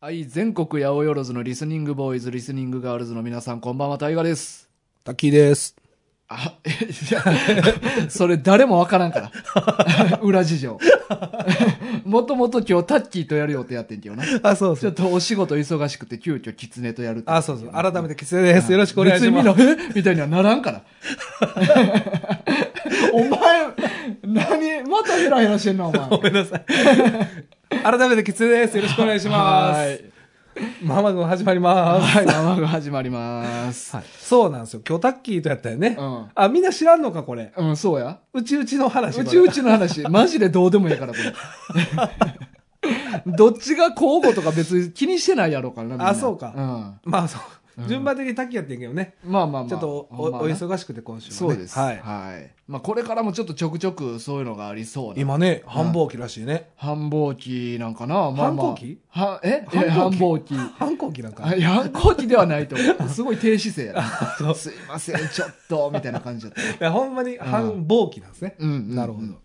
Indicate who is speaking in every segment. Speaker 1: はい、全国八百万のリスニングボーイズ、リスニングガールズの皆さん、こんばんは、タイガです。
Speaker 2: タッキーです。
Speaker 1: あ、え、いや、それ誰もわからんから。 裏事情。もともと今日タッキーとやる予定やってんけどな。ち
Speaker 2: あ、そうそ
Speaker 1: ょっ
Speaker 2: う。
Speaker 1: とお仕事忙しくて、急遽キツネとやるって
Speaker 2: あ、そうそう。改めて、キツネです。よろしくお願いしま
Speaker 1: 別に
Speaker 2: す。
Speaker 1: みんな、えみたいにはならん から。お前、何、またヘラヘラしてんな、お前。
Speaker 2: ごめんなさい。改めて、キツネです。よろしくお願いしま
Speaker 1: は
Speaker 2: す
Speaker 1: い。。
Speaker 2: ママ軍始まりま
Speaker 1: はい、生が始まります
Speaker 2: す。。はい。そうなんですよ。今日タッキーとやったよね
Speaker 1: うん。
Speaker 2: あ、みんな知らんのか、これ。
Speaker 1: うん、そうや。
Speaker 2: うちうちの話。
Speaker 1: うちうちの話、マジでどうでもいいから、これ。 どっちが交互とか別に気にしてないやろうからな、みんな
Speaker 2: あそうかまあ、そうう。
Speaker 1: ん
Speaker 2: 順番的にタッキーやってんけどね。
Speaker 1: うん。まあまあまあ。
Speaker 2: ちょっとお、
Speaker 1: ほんま
Speaker 2: お
Speaker 1: はな
Speaker 2: 忙しくて今週もね。
Speaker 1: そうです。
Speaker 2: は
Speaker 1: はい。
Speaker 2: い。
Speaker 1: まあこれからもちょっとちょくちょくそういうのがありそうな。
Speaker 2: 今ね、繁忙期らしいね。
Speaker 1: 繁忙期なんかな、まあまあ。
Speaker 2: 繁忙期
Speaker 1: はえ
Speaker 2: 繁忙 期
Speaker 1: 繁忙期。
Speaker 2: 繁忙期なんか
Speaker 1: あ。いや反抗期で はないと思う。すごい低姿勢や
Speaker 2: そ
Speaker 1: な。
Speaker 2: う
Speaker 1: すいません、ちょっと、みたいな感じだった。
Speaker 2: いや、ほんまに繁忙期なんですね。
Speaker 1: うんうんうん
Speaker 2: なるほど
Speaker 1: うん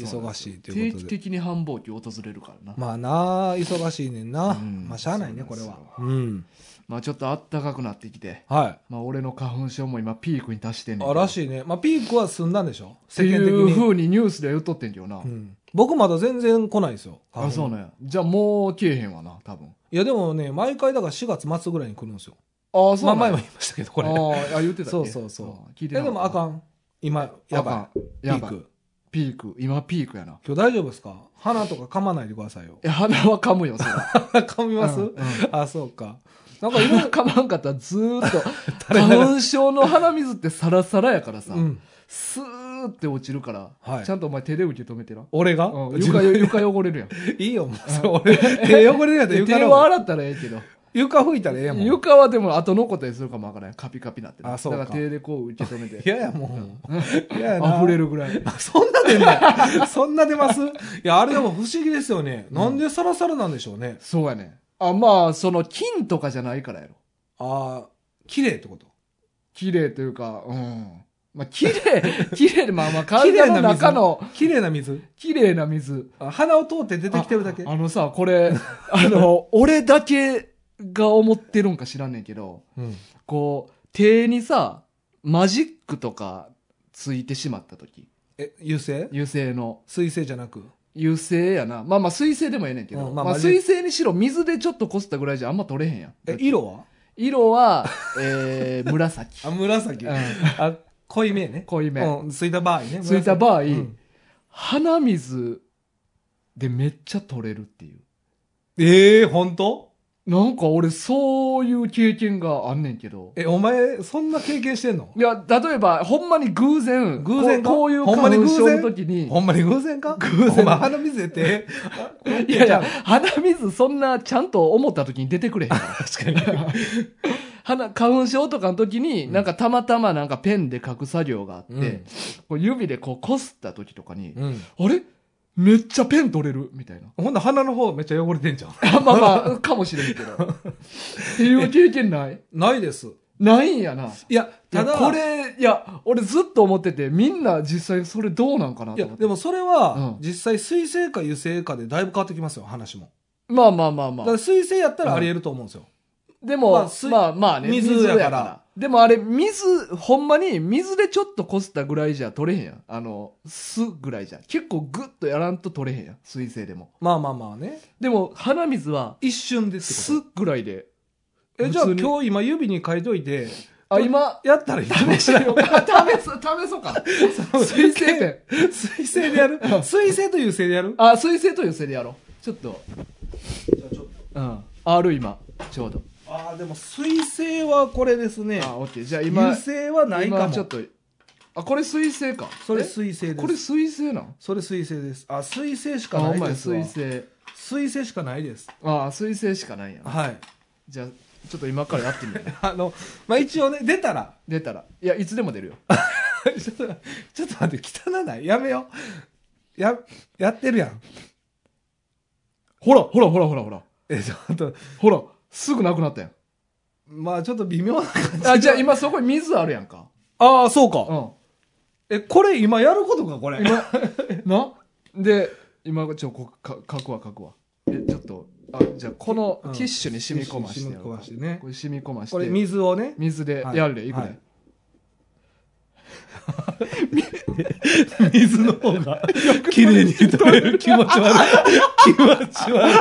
Speaker 2: 忙しいとい
Speaker 1: 定
Speaker 2: うこと
Speaker 1: 期
Speaker 2: で。
Speaker 1: 的に繁忙期訪れるからな。
Speaker 2: まあなあ忙しいねんな、
Speaker 1: うん
Speaker 2: まあしゃあないね
Speaker 1: そ
Speaker 2: こ
Speaker 1: う
Speaker 2: れ
Speaker 1: なんです
Speaker 2: は
Speaker 1: よ
Speaker 2: うん
Speaker 1: まあちょっとあったかくなってきて。
Speaker 2: は
Speaker 1: まあ、俺の花粉症も今ピークに達してん
Speaker 2: い
Speaker 1: ねん
Speaker 2: あら
Speaker 1: い。
Speaker 2: しいねまあピークは済んだんでしょ
Speaker 1: って
Speaker 2: 世間的
Speaker 1: いう
Speaker 2: に
Speaker 1: 風にニュースで言っとってんけどな。
Speaker 2: うん、僕まだ全然来ないんですよ
Speaker 1: あ、そう
Speaker 2: ね
Speaker 1: なんや。じゃあもう来えへんわな、多分。
Speaker 2: いやでもね毎回だから4月末ぐらいに来るんですよ
Speaker 1: ああ、
Speaker 2: まあ前
Speaker 1: や
Speaker 2: も言いましたけどこれ
Speaker 1: あーあ、言ってたっけ
Speaker 2: そうそうそ
Speaker 1: あー聞いう
Speaker 2: い
Speaker 1: てな
Speaker 2: や
Speaker 1: か
Speaker 2: で
Speaker 1: った
Speaker 2: もあかん今やばい
Speaker 1: い。やばい。
Speaker 2: ピーク
Speaker 1: ピーク。今ピークやな。
Speaker 2: 今日大丈夫ですか鼻とか噛まないでくださいよ
Speaker 1: いや、鼻は 噛むよ、それ。
Speaker 2: 噛みます、
Speaker 1: うんうん
Speaker 2: あそうかなんかいろい
Speaker 1: 鼻
Speaker 2: ろ
Speaker 1: 噛まんかったらずーっと、
Speaker 2: 垂れ流れ
Speaker 1: 花粉症の鼻水ってサラサラやからさ、
Speaker 2: うん
Speaker 1: スーって落ちるから、
Speaker 2: はい
Speaker 1: ちゃんとお前手で受け止めてな。
Speaker 2: 俺が、
Speaker 1: うん、
Speaker 2: 自
Speaker 1: 床
Speaker 2: 分
Speaker 1: 床汚れるやん。
Speaker 2: いいよもうそれ俺手汚れるやったら
Speaker 1: で
Speaker 2: 床
Speaker 1: 手
Speaker 2: の
Speaker 1: は洗ったらええけど。
Speaker 2: 床拭いたらええやもん
Speaker 1: 床はでも後残ったりするかもわからないカピカピなってな
Speaker 2: あそうか
Speaker 1: だから手でこう受け止めて
Speaker 2: 嫌やもう。嫌やな。
Speaker 1: 溢れ。るぐらい
Speaker 2: そんな出んない。そんな 出ますいや、あれでも不思議ですよね。なんでサラサラなんでしょうね。
Speaker 1: そうやねあまあその金とかじゃないからやろ
Speaker 2: ああ、綺麗ってこと
Speaker 1: 綺麗というかうんまあ綺麗 綺麗でまあまあ体の中の
Speaker 2: 綺麗な水。
Speaker 1: 綺麗な水
Speaker 2: あ鼻を通って出てきてるだけ。
Speaker 1: あのさこれ あの俺だけが思ってるんか知らんねんけど
Speaker 2: うん。
Speaker 1: こう手にさマジックとかついてしまった時
Speaker 2: え、油性
Speaker 1: 油性の
Speaker 2: 水性じゃなく。
Speaker 1: 油性やな。まあまあ水性でもええねんけど。
Speaker 2: うん
Speaker 1: まあ、
Speaker 2: まあ
Speaker 1: まあ
Speaker 2: まあ
Speaker 1: 水性にしろ水でちょっとこすったぐらいじゃあんま取れへんやん。
Speaker 2: え、色は
Speaker 1: 色は、えー、 紫。
Speaker 2: あ、紫。
Speaker 1: うん
Speaker 2: あ、濃いめね。
Speaker 1: 濃いめ
Speaker 2: うん、ついた場合ね。
Speaker 1: ついた場合、
Speaker 2: うん
Speaker 1: 鼻水でめっちゃ取れるっていう。
Speaker 2: ええ、本当
Speaker 1: なんか俺そういう経験があんねんけど。
Speaker 2: え、お前、そんな経験してんの
Speaker 1: いや、例えば、ほんまに偶然、
Speaker 2: 偶然か
Speaker 1: こうこういう
Speaker 2: ほんま
Speaker 1: 花
Speaker 2: に
Speaker 1: 粉
Speaker 2: 偶然
Speaker 1: 症の時に、
Speaker 2: ほんまに偶然か
Speaker 1: 偶然
Speaker 2: お前鼻水 出て。
Speaker 1: いやいや、鼻水そんなちゃんと思った時に出てくれへんから。
Speaker 2: 確かに。
Speaker 1: 花花粉症とかの時に、なんかたまたまなんかペンで書く作業があって、
Speaker 2: うん
Speaker 1: こう指でこうこすった時とかに、
Speaker 2: うん。。
Speaker 1: あれめっちゃペン取れるみたいな
Speaker 2: ほんな鼻の方めっちゃ汚れてんじゃん。
Speaker 1: あまあまあ、かもしれんけど。っていう経験ない
Speaker 2: ないです。
Speaker 1: ないんやな。
Speaker 2: いや、た
Speaker 1: ただ、
Speaker 2: だ、
Speaker 1: これ、いや、俺ずっと思ってて、みんな実際それどうなんかないと
Speaker 2: や、
Speaker 1: 思って。
Speaker 2: でもそれは
Speaker 1: うん、
Speaker 2: 実際水性か油性かでだいぶ変わってきますよ、話も。
Speaker 1: まあまあまあま
Speaker 2: だ
Speaker 1: あ
Speaker 2: から。水性やったらあり得ると思うんですよ。
Speaker 1: でも、
Speaker 2: ま
Speaker 1: ま
Speaker 2: あ
Speaker 1: あ、
Speaker 2: 水
Speaker 1: まあね、
Speaker 2: 水やから
Speaker 1: でもあれ、水、ほんまに水でちょっとこすったぐらいじゃ取れへんやん。あの、すぐらいじゃ。結構グッとやらんと取れへんやん。水性でも。
Speaker 2: まあまあまあね。
Speaker 1: でも、鼻水は、
Speaker 2: 一瞬です
Speaker 1: すぐらいで。
Speaker 2: え、じゃあ
Speaker 1: 普通に
Speaker 2: 今日今指に書いといて、
Speaker 1: あ、今、
Speaker 2: やったらいいかも
Speaker 1: 試
Speaker 2: し
Speaker 1: し
Speaker 2: れな
Speaker 1: ようか。 試す、試そうか。
Speaker 2: い。
Speaker 1: 水性ペン。
Speaker 2: 水性でやる水性と油性でやる
Speaker 1: あ、水性と油性でやろう。ちょっと、
Speaker 2: じゃあちょっ
Speaker 1: う
Speaker 2: と。
Speaker 1: ん。ある今、ちょうど。
Speaker 2: ああ、でも水性はこれですね。
Speaker 1: あ、オッケー。じゃあ今
Speaker 2: 油、性はないか
Speaker 1: 今
Speaker 2: も。
Speaker 1: ちょっと、あ、これ水性か。
Speaker 2: それ
Speaker 1: え
Speaker 2: 水性です。
Speaker 1: これ水性なん
Speaker 2: それ水性です。あ、水性し
Speaker 1: あ、
Speaker 2: かな
Speaker 1: お
Speaker 2: い
Speaker 1: 前
Speaker 2: ですわ。
Speaker 1: 水性。
Speaker 2: 水性しかないです。
Speaker 1: ああ、水性しかないんやな。
Speaker 2: はい。
Speaker 1: じゃあ、ちょっと今からやってみ るね。
Speaker 2: あの、まあ、一応ね、出たら、
Speaker 1: 出たら。いや、いつでも出るよ。
Speaker 2: ちょっと、ちょっと待って、汚ない。やめよう。や、やってるやん。
Speaker 1: ほら、ほら、ほら、ほら、ほら。
Speaker 2: え、ちょっと、
Speaker 1: ほら、すぐなくなったやん。
Speaker 2: まあ、ちょっと微妙な感じ。
Speaker 1: あ、じゃあ今そこに水あるやんか。
Speaker 2: ああ、そう
Speaker 1: う
Speaker 2: か。
Speaker 1: ん。
Speaker 2: え、これ今やることか、これ。
Speaker 1: 今、なで、今、ちょ、こか書くわ、書くわ。え、ちょっと、あじゃあこのティッシュに染み込ましてやろう
Speaker 2: 染み込ましてね
Speaker 1: これ染み込まして
Speaker 2: これ水をね
Speaker 1: 水でやるで、
Speaker 2: はい
Speaker 1: い、くで、
Speaker 2: はい
Speaker 3: 水の方が綺麗に取れる気持ち 悪い。気持ち悪い。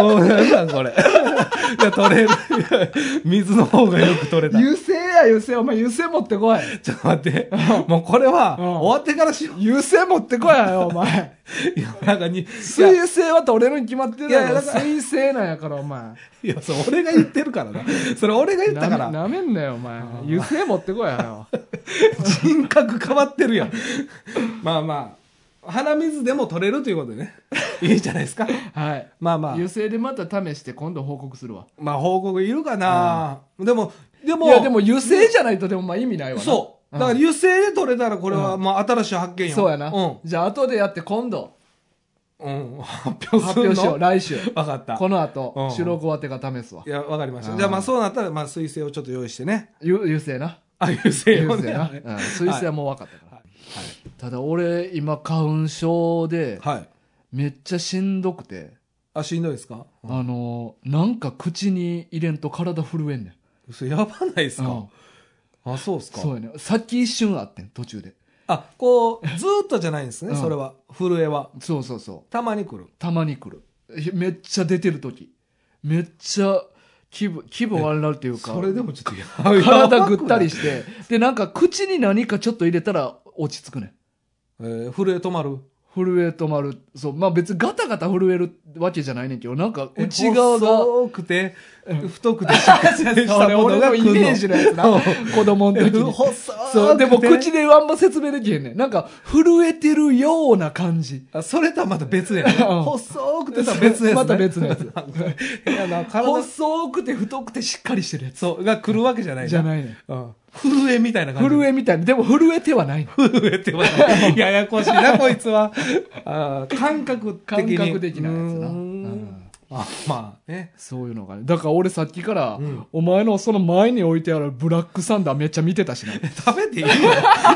Speaker 3: もうなんなんこれ。 いや、取れる。水の方がよく取れた。
Speaker 1: 油性や油性お前油性持ってこい
Speaker 3: ちょっと待って。もうこれは、
Speaker 2: うん
Speaker 3: 終わってからしよ
Speaker 1: 油性持ってこいやよお前
Speaker 3: う。いや、なんかに、いや、い
Speaker 1: 水性は取れるに決まってる
Speaker 3: い
Speaker 1: や
Speaker 3: や
Speaker 1: ろ
Speaker 3: だから
Speaker 1: 水性なんやからお前
Speaker 3: や、それ俺が言ってるからな。それ俺が言ったから。
Speaker 1: なめなめんなよお前油性持ってこいや よ
Speaker 3: 人格変わってるやん。
Speaker 2: まあまあ鼻水でも取れるということでね
Speaker 3: いいじゃないですか。
Speaker 1: はい
Speaker 3: まあまあ。
Speaker 1: 油性でまた試して今度報告するわ
Speaker 2: まあ報告いるかな、でもでも
Speaker 1: いやでも油性じゃないとでもまあ意味ないわな
Speaker 2: そうだから油性で取れたらこれは
Speaker 1: う
Speaker 2: まあ新しい発見よ
Speaker 1: そうやな、
Speaker 2: うん、
Speaker 1: じゃあ後でやって今度
Speaker 2: うん、発表す
Speaker 1: 発
Speaker 2: るの
Speaker 1: 表しよう来週
Speaker 2: 分かった
Speaker 1: この後、
Speaker 2: うん
Speaker 1: 収録終わってから試すわ
Speaker 2: いや分かりまし
Speaker 1: う
Speaker 2: た
Speaker 1: ん
Speaker 2: じゃあまあそうなったらまあ水星をちょっと用意してね
Speaker 1: ゆ油性な
Speaker 2: あ油性
Speaker 1: 油
Speaker 2: を
Speaker 1: 性
Speaker 2: ね
Speaker 1: な、
Speaker 2: はい
Speaker 1: うん、水性はもう分かったから、ただ俺今花粉症で
Speaker 2: はい
Speaker 1: めっちゃしんどくて、
Speaker 2: あしんどいですか、うん
Speaker 1: あのなんか口に入れんと体震えんねん
Speaker 2: それやばないです
Speaker 1: う
Speaker 2: か
Speaker 1: ん、
Speaker 2: あそうですか
Speaker 1: そうやねさっき一瞬あってん途中で
Speaker 2: あこうずーっとじゃないんですね、
Speaker 1: うん
Speaker 2: それは震えは
Speaker 1: そうそうそう
Speaker 2: たまに来る
Speaker 1: たまに来るえめっちゃ出てる時めっちゃ気分気分悪なるというか
Speaker 2: それでもちょっとやばい
Speaker 1: 体ぐったりしてでなんか口に何かちょっと入れたら落ち着くねん
Speaker 2: えー震え止まる
Speaker 1: 震え止まるそうまあ別にガタガタ震えるわけじゃないねんけどなんか内側が
Speaker 2: 細くて太くてしっかりした
Speaker 1: それ
Speaker 2: もの
Speaker 1: 俺
Speaker 2: が
Speaker 1: の
Speaker 2: 来
Speaker 1: イ
Speaker 2: る
Speaker 1: メージのやつな
Speaker 2: うん
Speaker 1: 子供の時に
Speaker 2: 細くて
Speaker 1: そうでも口であんま説明できへんねんなんか震えてるような感じ
Speaker 2: あそれとはまた別や
Speaker 1: うん
Speaker 2: 細くてとは別ですね
Speaker 1: また別のやつ
Speaker 2: いやな体
Speaker 1: 細くて太くてしっかりしてるやつ
Speaker 2: そうが来るわけじゃない
Speaker 1: じゃないねん
Speaker 2: うん震えみたいな感じ
Speaker 1: 震えみたいなでも震えてはないの
Speaker 2: 震えてますややこし いなこいつはあー感覚的に
Speaker 1: 感覚的なやつな
Speaker 2: う
Speaker 1: う
Speaker 2: ーん
Speaker 1: ん
Speaker 2: あまあね
Speaker 1: そういうのがねだから俺さっきから、
Speaker 2: ん
Speaker 1: お前のその前に置いてあるブラックサンダーめっちゃ見てたしない
Speaker 2: 食 べていいよい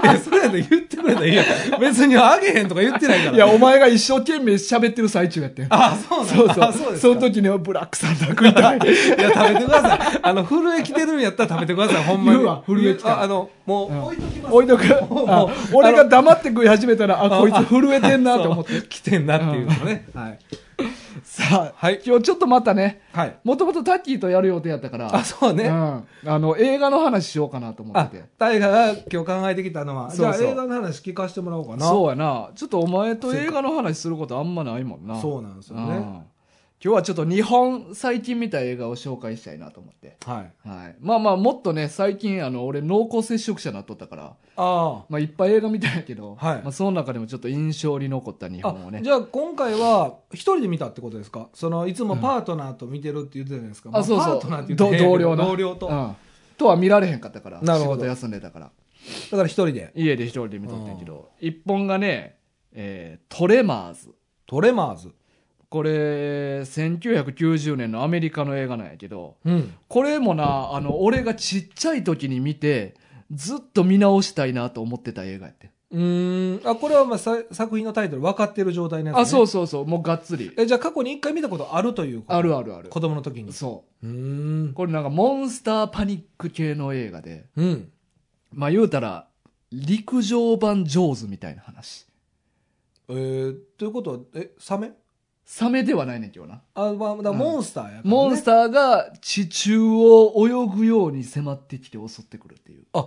Speaker 2: やそれやったら言ってくれたらいいよ別にあげへんとか言ってないから
Speaker 1: やお前が一生懸命喋ってる最中やってん
Speaker 2: あそうなん
Speaker 1: そうそ
Speaker 2: あ
Speaker 1: う
Speaker 2: そうです
Speaker 1: その時にはブラックサンダー食い たい
Speaker 2: いや、食べてください。あの、震えきてるんやったら食べてください、ほんまに。
Speaker 1: 言うわ震えきた
Speaker 2: ああの、もう、
Speaker 1: うん
Speaker 2: 置いときます。
Speaker 1: 置いとく
Speaker 2: もう
Speaker 1: あ
Speaker 2: もう
Speaker 1: 俺が黙って食い始めたらあこいつ震えてんな
Speaker 2: そう
Speaker 1: と思って
Speaker 2: 来てんなっていうのね。はい。
Speaker 1: さあ、
Speaker 2: はい
Speaker 1: 今日ちょっとまたね
Speaker 2: はい。
Speaker 1: もともとタッキーとやる予定やったから
Speaker 2: あ、そう
Speaker 1: う
Speaker 2: ね。
Speaker 1: ん、あの映画の話しようかなと思っ
Speaker 2: あ
Speaker 1: てて、
Speaker 2: 大河が今日考えてきたのは、じゃあ
Speaker 1: そうそう
Speaker 2: 映画の話聞かせてもらおうかな。
Speaker 1: そうやなちょっとお前と映画の話することあんまないもんな
Speaker 2: そうなんですよ
Speaker 1: うん
Speaker 2: ね。
Speaker 1: 今日はちょっと日本最近見た映画を紹介したいなと思って、
Speaker 2: はい。
Speaker 1: はい、まあまあもっとね最近あの俺濃厚接触者なっとったから、
Speaker 2: あ
Speaker 1: まあ、いっぱい映画見たんやけど、
Speaker 2: はい
Speaker 1: まあ、その中でもちょっと印象に残った日
Speaker 2: あ。
Speaker 1: 本をね
Speaker 2: じゃあ今回は一人で見たってことですかそのいつもパートナーと見てるって言ってたじゃないですか、ま
Speaker 1: あそうそう
Speaker 2: パートナーって言って
Speaker 1: ど同僚な
Speaker 2: 同僚と、
Speaker 1: う
Speaker 2: だか
Speaker 1: ん、とは見られへんかったから
Speaker 2: なるほど
Speaker 1: 仕事休んでたから
Speaker 2: ら一人で
Speaker 1: 家で一人で見とってんけど一本がね、えートレマーズ
Speaker 2: トレマーズ
Speaker 1: これ1990年のアメリカの映画なんやけど
Speaker 2: うん
Speaker 1: これもなあの俺がちっちゃい時に見てずっと見直したいなと思ってた映画やって
Speaker 2: うーんあこれはまあさ作品のタイトル分かってる状態のやつ、ね、
Speaker 1: あそうそうそうもうがっつり
Speaker 2: えじゃあ過去に一回見たことあるということ
Speaker 1: あるあるある
Speaker 2: 子供の時に
Speaker 1: そう
Speaker 2: ー
Speaker 1: うんこれなんかモンスターパニック系の映画で
Speaker 2: うん
Speaker 1: まあ言うたら陸上版ジョーズみたいな話
Speaker 2: えー、ということはえサメ
Speaker 1: サメではないねんけどな
Speaker 2: あ、まあ、だから
Speaker 1: うん
Speaker 2: モンスターやから、ね
Speaker 1: モンス
Speaker 2: ター
Speaker 1: ターが地中を泳ぐように迫ってきて襲ってくるっていう
Speaker 2: 泳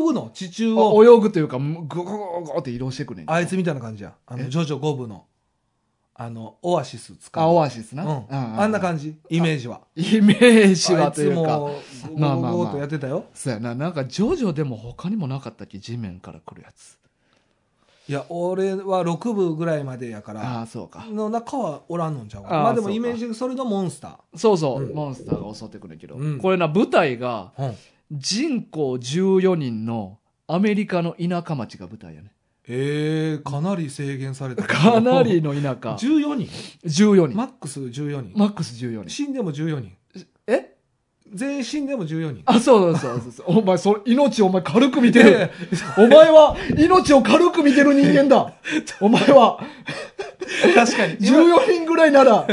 Speaker 2: ぐの地中を
Speaker 1: 泳ぐというかグゴゴゴゴって移動してくるねんけど
Speaker 2: あいつみたいな感じやあの
Speaker 1: え
Speaker 2: ジョジョ5部のあのオアシス使う
Speaker 1: あオアシスな、
Speaker 2: うんあんな感じイメージは
Speaker 1: じイメージ
Speaker 2: あ
Speaker 1: はいと
Speaker 2: つ
Speaker 1: いうか
Speaker 2: もゴ
Speaker 1: まあ
Speaker 2: ー
Speaker 1: まあまあ
Speaker 2: ゴーとやってたよ、
Speaker 1: そうやななんかジョジョでも他にもなかったっけ地面から来るやつ
Speaker 2: いや俺は6部ぐらいまでやか
Speaker 1: あ
Speaker 2: ら
Speaker 1: あーそうか
Speaker 2: の中はおらんのんちゃうか
Speaker 1: あー
Speaker 2: まあでも
Speaker 1: そうか
Speaker 2: イメージそれがモンスタ
Speaker 1: そうそう、
Speaker 2: うん
Speaker 1: モンスターが襲ってくるんやけど、
Speaker 2: うん
Speaker 1: これな舞台が
Speaker 2: ー、うん、
Speaker 1: 人口14人のアメリカの田舎町が舞台や ね
Speaker 2: えー、かなり制限された
Speaker 1: かなりの田舎
Speaker 2: 14人
Speaker 1: 14人マ
Speaker 2: マックス14人、
Speaker 1: ックス14人
Speaker 2: 死んでも14人
Speaker 1: え
Speaker 2: 全員死んでも14人
Speaker 1: あそうそうそう そうお前それ命をお前軽く見て
Speaker 2: い
Speaker 1: る
Speaker 2: やいや
Speaker 1: お前は命を軽く見てる人間だお前は
Speaker 3: 確かに。
Speaker 1: 14人ぐらいなら、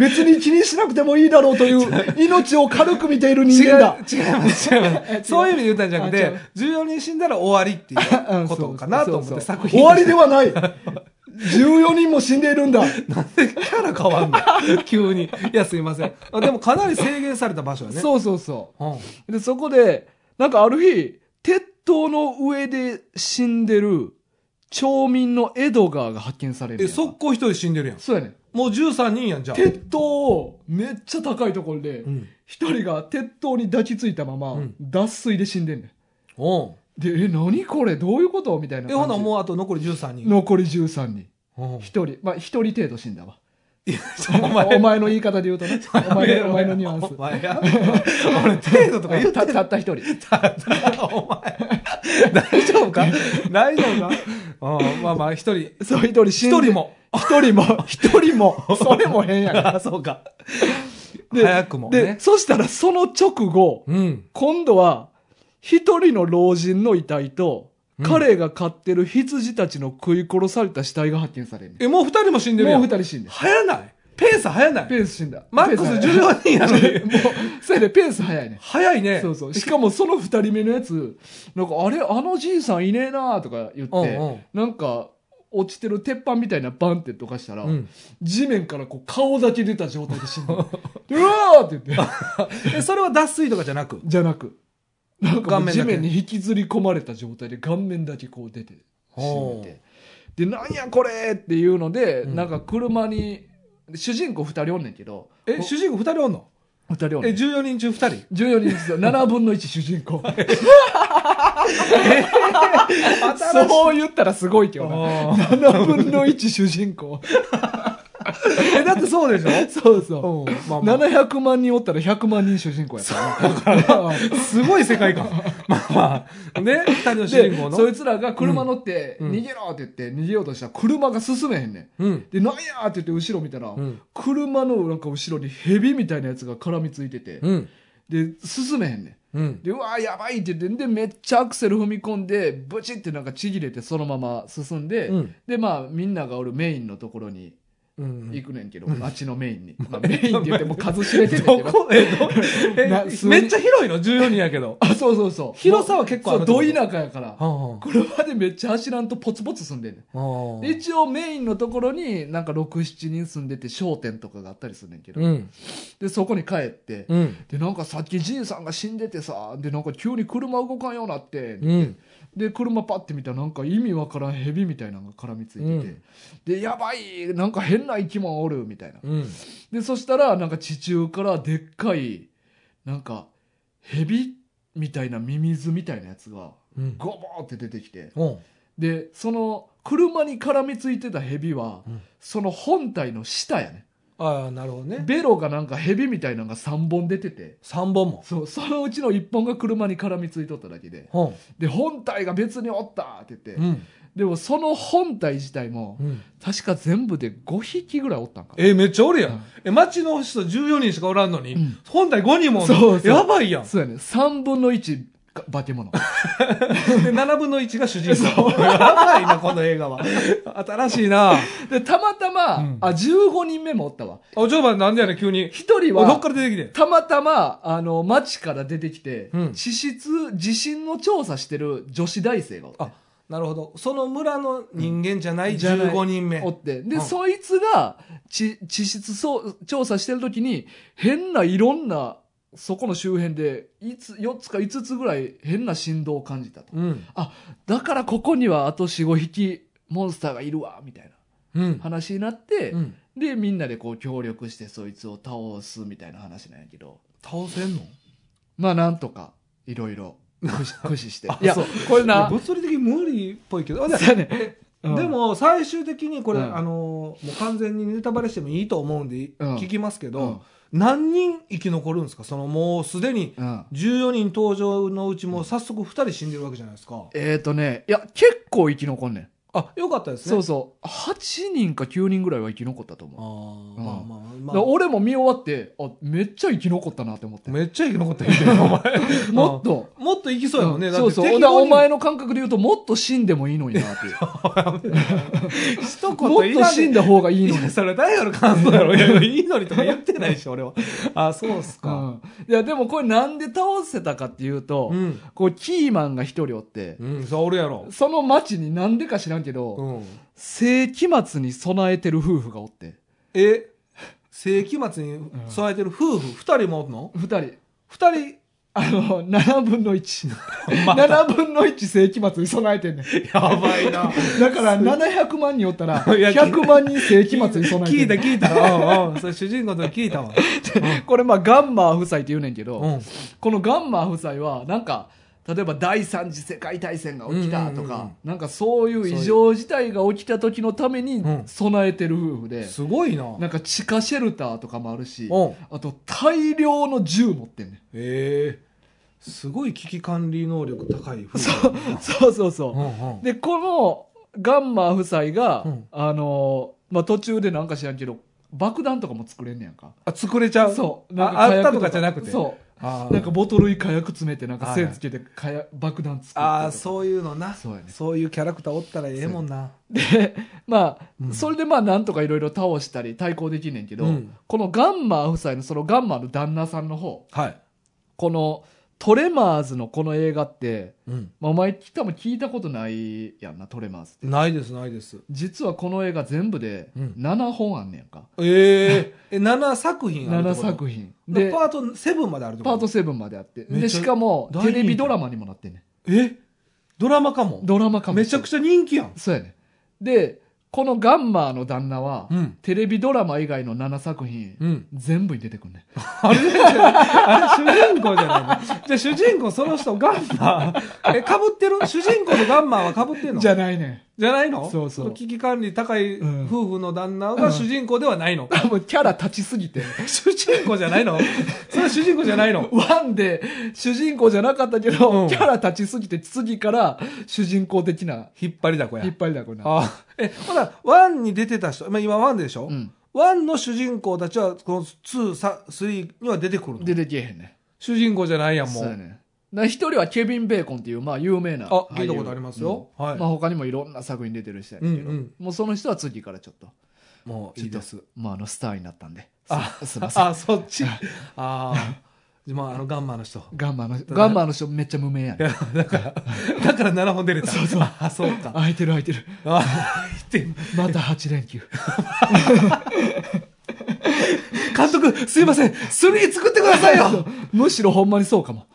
Speaker 1: 別に気にしなくてもいいだろうと いう、命を軽く見ている人
Speaker 3: 違う、違い
Speaker 1: 間だ。
Speaker 3: ます、違います。そういう意味で言ったんじゃなく
Speaker 1: あ違
Speaker 3: て
Speaker 1: う、
Speaker 3: 14人死んだら終わりって いうことかなと思って作品。
Speaker 1: 終わりではない !14 人も死んでいるんだ
Speaker 3: なんでキャラ変わんの急に。いや、すいません。あでもかなり制限された場所やね。
Speaker 1: そうそうそ
Speaker 3: うん。
Speaker 1: う。で、そこで、なんかある日、鉄塔の上で死んでる町民のエドガーが発見されるや
Speaker 2: え、
Speaker 1: んか。
Speaker 2: 速攻一人死んでるやん。
Speaker 1: そうやねん。
Speaker 2: もう13人やん、じゃあ。
Speaker 1: 鉄塔をめっちゃ高いところで
Speaker 2: う、ん。
Speaker 1: 一人が鉄塔に抱きついたまま、
Speaker 2: うん
Speaker 1: 脱水で死んでんねん。
Speaker 2: おう
Speaker 1: で、え、何これどういうことみたいな
Speaker 2: え、
Speaker 1: 感じ。
Speaker 2: ほな、もうあと残り13人。
Speaker 1: 残り13人。
Speaker 2: おう
Speaker 1: 一人。まあ、一人程度死んだわ。
Speaker 2: お
Speaker 1: お前の言い方で言うとね。お前のお前のニュアンス
Speaker 2: お。前や。俺、程度とか言った
Speaker 1: たたった一人。
Speaker 2: ら、お前。大丈夫か大丈夫かうん、まあまあ、一人。
Speaker 1: そう、一人死んで
Speaker 2: 一人。も。
Speaker 1: 一人も、 一人 も。それも変やから。
Speaker 2: あ、 そうか。
Speaker 1: で
Speaker 2: 早くも
Speaker 1: で、
Speaker 2: ね。
Speaker 1: そしたらその直後、
Speaker 2: うん。
Speaker 1: 今度は、一人の老人の遺体と、
Speaker 2: うん
Speaker 1: 彼が飼ってる羊たちの食い殺された死体が発見される、
Speaker 2: え、もう二人も死んでる
Speaker 1: も
Speaker 2: や。
Speaker 1: うん二人死んでる。
Speaker 2: 早ない。ペース早ない。
Speaker 1: ペース死んだ。
Speaker 2: マックス
Speaker 1: ペー早い
Speaker 2: 14人やのに。
Speaker 1: もう、それでペース早いね。
Speaker 2: 早いね。
Speaker 1: そうそう。しかもその二人目のやつ、なんか、あれ、あのじいさんいねえなとか言って、
Speaker 2: うんうん
Speaker 1: なんか、落ちてる鉄板みたいなバンってどかしたら、
Speaker 2: うん
Speaker 1: 地面からこう顔だけ出た状態で死んだ。う わーって言って、
Speaker 2: え、それは脱水とかじゃな く。
Speaker 1: じゃなく、なんかも
Speaker 2: 顔面
Speaker 1: う
Speaker 2: だけ
Speaker 1: 地面に引きずり込まれた状態で顔面だけこう出て死んでて。で、なんやこれっていうので、
Speaker 2: うん
Speaker 1: なんか車に、主人公二人おんねんけど、
Speaker 2: え、主人公二人おんの
Speaker 1: 二人おん
Speaker 2: え、
Speaker 1: ねん。
Speaker 2: 14人中二人。
Speaker 1: 14人 ずつ、7分の1主人 公。そう言ったらすごいけどな。7分の1主人公。
Speaker 2: え、だってそうでしょ
Speaker 1: そうそう。
Speaker 2: うん、まあまあ。
Speaker 1: 700万人おったら100万人主人公やからな。
Speaker 2: すごい世界観。 まあまあ。ね、二人の主人公
Speaker 1: で、
Speaker 2: の。
Speaker 1: そいつらが車乗って、
Speaker 2: うん
Speaker 1: 逃げろって言って、逃げようとしたら車が進めへんね
Speaker 2: うん。
Speaker 1: ん。で、なんやって言って後ろ見たら、
Speaker 2: うん
Speaker 1: 車のなんか後ろに蛇みたいなやつが絡みついてて、
Speaker 2: うん。
Speaker 1: で、進めへんねん。
Speaker 2: うん。
Speaker 1: で、うわーやばいって言って、で、めっちゃアクセル踏み込んで、ブチってなんかちぎれてそのまま進んで、
Speaker 2: うん
Speaker 1: で、まあ、みんながおるメインのところに
Speaker 2: うん
Speaker 1: 行くねんけど、街のメインに。まあ、メインって言っても数知れてんねん け
Speaker 2: ど
Speaker 1: ど。
Speaker 2: こえ、ど、え
Speaker 1: なすごい
Speaker 2: めっちゃ広いの ?14 人やけど。
Speaker 1: あ、そうそうそう。
Speaker 2: 広さは結構ある
Speaker 1: そ
Speaker 2: っ
Speaker 1: う、
Speaker 2: てこと
Speaker 1: ど田舎やから。
Speaker 2: は
Speaker 1: 車でめっちゃ走らんとポツポツ住んでんねん。
Speaker 2: あはあ
Speaker 1: で一応メインのところになんか67人住んでて商店とかがあったりするねんけど、
Speaker 2: うん。
Speaker 1: でそこに帰って、
Speaker 2: うん。
Speaker 1: でなんかさっきじいさんが死んでてさでなんか急に車動かんようになって、
Speaker 2: うん。
Speaker 1: で車パッて見たらなんか意味わからん蛇みたいなのが絡みついてて、
Speaker 2: うん
Speaker 1: でやばいなんか変な生き物おるみたいな
Speaker 2: うん。
Speaker 1: でそしたらなんか地中からでっかいなんか蛇みたいなミミズみたいなやつが
Speaker 2: うん。
Speaker 1: ゴボーって出てきて、
Speaker 2: うん。
Speaker 1: でその車に絡みついてたヘビは、
Speaker 2: うん
Speaker 1: その本体の下やね
Speaker 2: ああ、なるほどね。
Speaker 1: ベロがなんかヘビみたいなのが3本出てて
Speaker 2: 3本も。
Speaker 1: そうそのうちの1本が車に絡みついとっただけで
Speaker 2: うん。
Speaker 1: で本体が別におったって言って、
Speaker 2: うん。
Speaker 1: でもその本体自体も、
Speaker 2: うん。
Speaker 1: 確か全部で5匹ぐらいおったんかな
Speaker 2: え、めっちゃおるや
Speaker 1: うん
Speaker 2: ん。え、町の人14人しかおらんの
Speaker 1: う
Speaker 2: に
Speaker 1: ん、
Speaker 2: 本体5人もおんの
Speaker 1: そうそう
Speaker 2: やばいやん。
Speaker 1: そうやね3分の1が化け 物
Speaker 2: で、7分の1が主人公。やばいな、この映画は。新しい な。あ、
Speaker 1: でたまたま、
Speaker 2: うん
Speaker 1: あ15人目もおったわ
Speaker 2: ちょっと待ってなんでやねん、急に。
Speaker 1: 1人は
Speaker 2: どっから出てきて
Speaker 1: たまたま、あの、町から出てきて、
Speaker 2: うん
Speaker 1: 地質、地震の調査してる女子大生がおって
Speaker 2: あなるほど。その村の人間じゃない
Speaker 1: じゃない
Speaker 2: 15人目。
Speaker 1: おって。で、
Speaker 2: うん
Speaker 1: そいつが、地、地質そう調査してる時に、変ないろんな、そこの周辺で、いつ、4つか5つぐらい変な振動を感じたと。
Speaker 2: うん。
Speaker 1: だからここにはあと4、5匹、モンスターがいるわ、みたいな
Speaker 2: うん。
Speaker 1: 話になって、
Speaker 2: うん。
Speaker 1: で、みんなでこう協力してそいつを倒すみたいな話なんやけど、
Speaker 2: 倒せんの
Speaker 1: まあなんとか、いろいろ、駆使駆使して
Speaker 2: あ。
Speaker 1: いや
Speaker 2: そう、
Speaker 1: これな、
Speaker 2: 物理的に無理っぽいけど。で
Speaker 1: そうやね。うん
Speaker 2: で、も、最終的にこれ、
Speaker 1: うん
Speaker 2: あのー、もう完全にネタバレしてもいいと思うんで、
Speaker 1: うん
Speaker 2: 聞きますけ
Speaker 1: うん
Speaker 2: ど、何人生き残るんですかそのもうすでに
Speaker 1: うん
Speaker 2: 14人登場のうちもう早速2人死んでるわけじゃないですか。
Speaker 1: えーとね、いや、結構生き残んねん。
Speaker 2: あ、よかったですね。
Speaker 1: そうそう。8人か9人ぐらいは生き残ったと思う。う
Speaker 2: ああ、
Speaker 1: ん
Speaker 2: まあまあま
Speaker 1: だ
Speaker 2: あ。
Speaker 1: から俺も見終わって、あ、めっちゃ生き残ったなって思って。
Speaker 2: めっちゃ生き残ってるけど、お前。
Speaker 1: もっと、
Speaker 2: もっといきそうやもんね。だっ
Speaker 1: そう
Speaker 2: て
Speaker 1: そう。
Speaker 2: 適
Speaker 1: だから
Speaker 2: 当
Speaker 1: お
Speaker 2: に
Speaker 1: 前の感覚で言うと、もっと死んでもいいのにな っていう。
Speaker 2: 一言
Speaker 1: もっ
Speaker 2: いら
Speaker 1: と
Speaker 2: んで
Speaker 1: 死んだ方がいい
Speaker 2: い
Speaker 1: のに
Speaker 2: や、。それ大悟の感想やろ。いや、いいのにとか言ってないし、俺は。あ、そうっす
Speaker 1: う
Speaker 2: か。
Speaker 1: ん、いやでもこれなんで倒せたかっていうと、
Speaker 2: うん。
Speaker 1: こうキーマンが一人おって、
Speaker 2: うん、そう、俺やろ。
Speaker 1: その町になんでか知らんけど、
Speaker 2: うん。
Speaker 1: 世紀末に備えてる夫婦がおって
Speaker 2: え、世紀末に育てる夫婦、二人もおんの
Speaker 1: 二人
Speaker 2: 二人、
Speaker 1: あの7分の17
Speaker 2: また
Speaker 1: 分の1世紀末に備えてんねん
Speaker 2: やばいな。
Speaker 1: だから700万人おったら
Speaker 2: いや
Speaker 1: 100万人世紀末に備
Speaker 2: 聞
Speaker 1: え
Speaker 2: い
Speaker 1: て
Speaker 2: た
Speaker 1: る
Speaker 2: 聞いた。うんうん。それ主人公の時聞いたわ。
Speaker 1: これまあガンマー夫妻って言うねんけど、
Speaker 2: うん。
Speaker 1: このガンマー夫妻はなんか例えば第三次世界大戦が起きたとか、
Speaker 2: うんうんうんうん
Speaker 1: なんかそういう異常事態が起きた時のために
Speaker 2: うん
Speaker 1: 備えてる夫婦で、
Speaker 2: すごいな。うん。
Speaker 1: なんか地下シェルターとかもあるし、
Speaker 2: え
Speaker 1: あと大量の銃持ってんねん
Speaker 2: えすごい危機管理能力高い夫婦。
Speaker 1: そう そうそうそう、
Speaker 2: うんうん。
Speaker 1: でこのガンマ夫妻が、
Speaker 2: うん
Speaker 1: あのーまあ、途中でなんか知らんけど爆弾とかも作れんねやんか
Speaker 2: あ、作れちゃう。
Speaker 1: そう
Speaker 2: あ
Speaker 1: なんか火薬
Speaker 2: あったとかじゃなくて
Speaker 1: そ
Speaker 2: あ
Speaker 1: う
Speaker 2: ー
Speaker 1: なんかボトルに火薬詰めてなんか
Speaker 2: はい
Speaker 1: 線
Speaker 2: はい
Speaker 1: つけて火薬爆弾作ってとか
Speaker 2: あーそういうのな。
Speaker 1: そうやね
Speaker 2: そういうキャラクターおったらええもんな。
Speaker 1: でまあ、
Speaker 2: うん
Speaker 1: それでまあなんとかいろいろ倒したり対抗できんねんけど、
Speaker 2: うん
Speaker 1: このガンマ夫妻のそのガンマの旦那さんの方
Speaker 2: はい。
Speaker 1: このトレマーズのこの映画って、
Speaker 2: うん。
Speaker 1: まあ、お前多分聞いたことないやんなトレマーズって
Speaker 2: ないです、ないです。
Speaker 1: 実はこの映画全部で
Speaker 2: うん
Speaker 1: 7本あんねんか、
Speaker 2: えええ、7作品ある
Speaker 1: 7
Speaker 2: ってこと
Speaker 1: 作品
Speaker 2: で
Speaker 1: で
Speaker 2: パート7まであるって
Speaker 1: パ
Speaker 2: こ
Speaker 1: ー
Speaker 2: と
Speaker 1: ト7まであって
Speaker 2: めっち
Speaker 1: で
Speaker 2: ゃ
Speaker 1: しかも
Speaker 2: 大人
Speaker 1: テ
Speaker 2: 気
Speaker 1: レビドラマにもなってんね
Speaker 2: えドラマかも
Speaker 1: んドラマかも
Speaker 2: めちゃくちゃ人気やん。
Speaker 1: そうやねんでこのガンマーの旦那は、
Speaker 2: うん。
Speaker 1: テレビドラマ以外の7作品、
Speaker 2: うん。
Speaker 1: 全部に出てくんねん
Speaker 2: あれ、主人公じゃないのじゃあ主人公、その人、ガンマー。え、被ってる主人公とガンマーは被ってるの
Speaker 1: じ
Speaker 2: じ
Speaker 1: ゃ
Speaker 2: ゃ
Speaker 1: ないねん
Speaker 2: ないの
Speaker 1: そうそう
Speaker 2: の危機管理高い
Speaker 1: うん
Speaker 2: 夫婦の旦那
Speaker 1: う
Speaker 2: が
Speaker 1: ん
Speaker 2: 主人公ではないの、
Speaker 1: 多分キャラ立ちすぎて。
Speaker 2: 主人公じゃない のそれは主人公じゃないの
Speaker 1: ワンで主人公じゃなかったけど、
Speaker 2: うん
Speaker 1: キャラ立ちすぎて次から主人公的な
Speaker 2: 引っ張りだこや
Speaker 1: 引。っ張りだこな。
Speaker 2: あえ、ほな、ワンに出てた人、まあ、今ワンでしょ、
Speaker 1: うん。
Speaker 2: ワンの主人公たちは、この2、さ3には出てくるの
Speaker 1: 出てけえへんね
Speaker 2: 主人公じゃないや
Speaker 1: ん。
Speaker 2: ん、も
Speaker 1: そうや
Speaker 2: う。
Speaker 1: ねん。だから一人はケビン・ベーコンっていう、まあ有名な。
Speaker 2: あ、聞いたことありますよ。
Speaker 1: 俳優。
Speaker 2: はい。
Speaker 1: まあ他にもいろんな作品出てる人やねんけど、
Speaker 2: うんうん
Speaker 1: もうその人は次からちょっと、
Speaker 2: もういいです。
Speaker 1: まああのスターになったんで。
Speaker 2: あ
Speaker 1: すすいません。
Speaker 2: あ、そっち。ああ。まあ、あの、ガンマの人。
Speaker 1: ガンマの人、ガンマの人めっちゃ無名や
Speaker 2: い
Speaker 1: ねん。
Speaker 2: や、だから、だから7本出れた。そうそう。あ、そうか。
Speaker 1: 空いてる空いてる。
Speaker 2: あ、言って、
Speaker 1: また8連休。
Speaker 2: 監督、すいません、3作ってくださいよ
Speaker 1: むしろほんまにそうかも。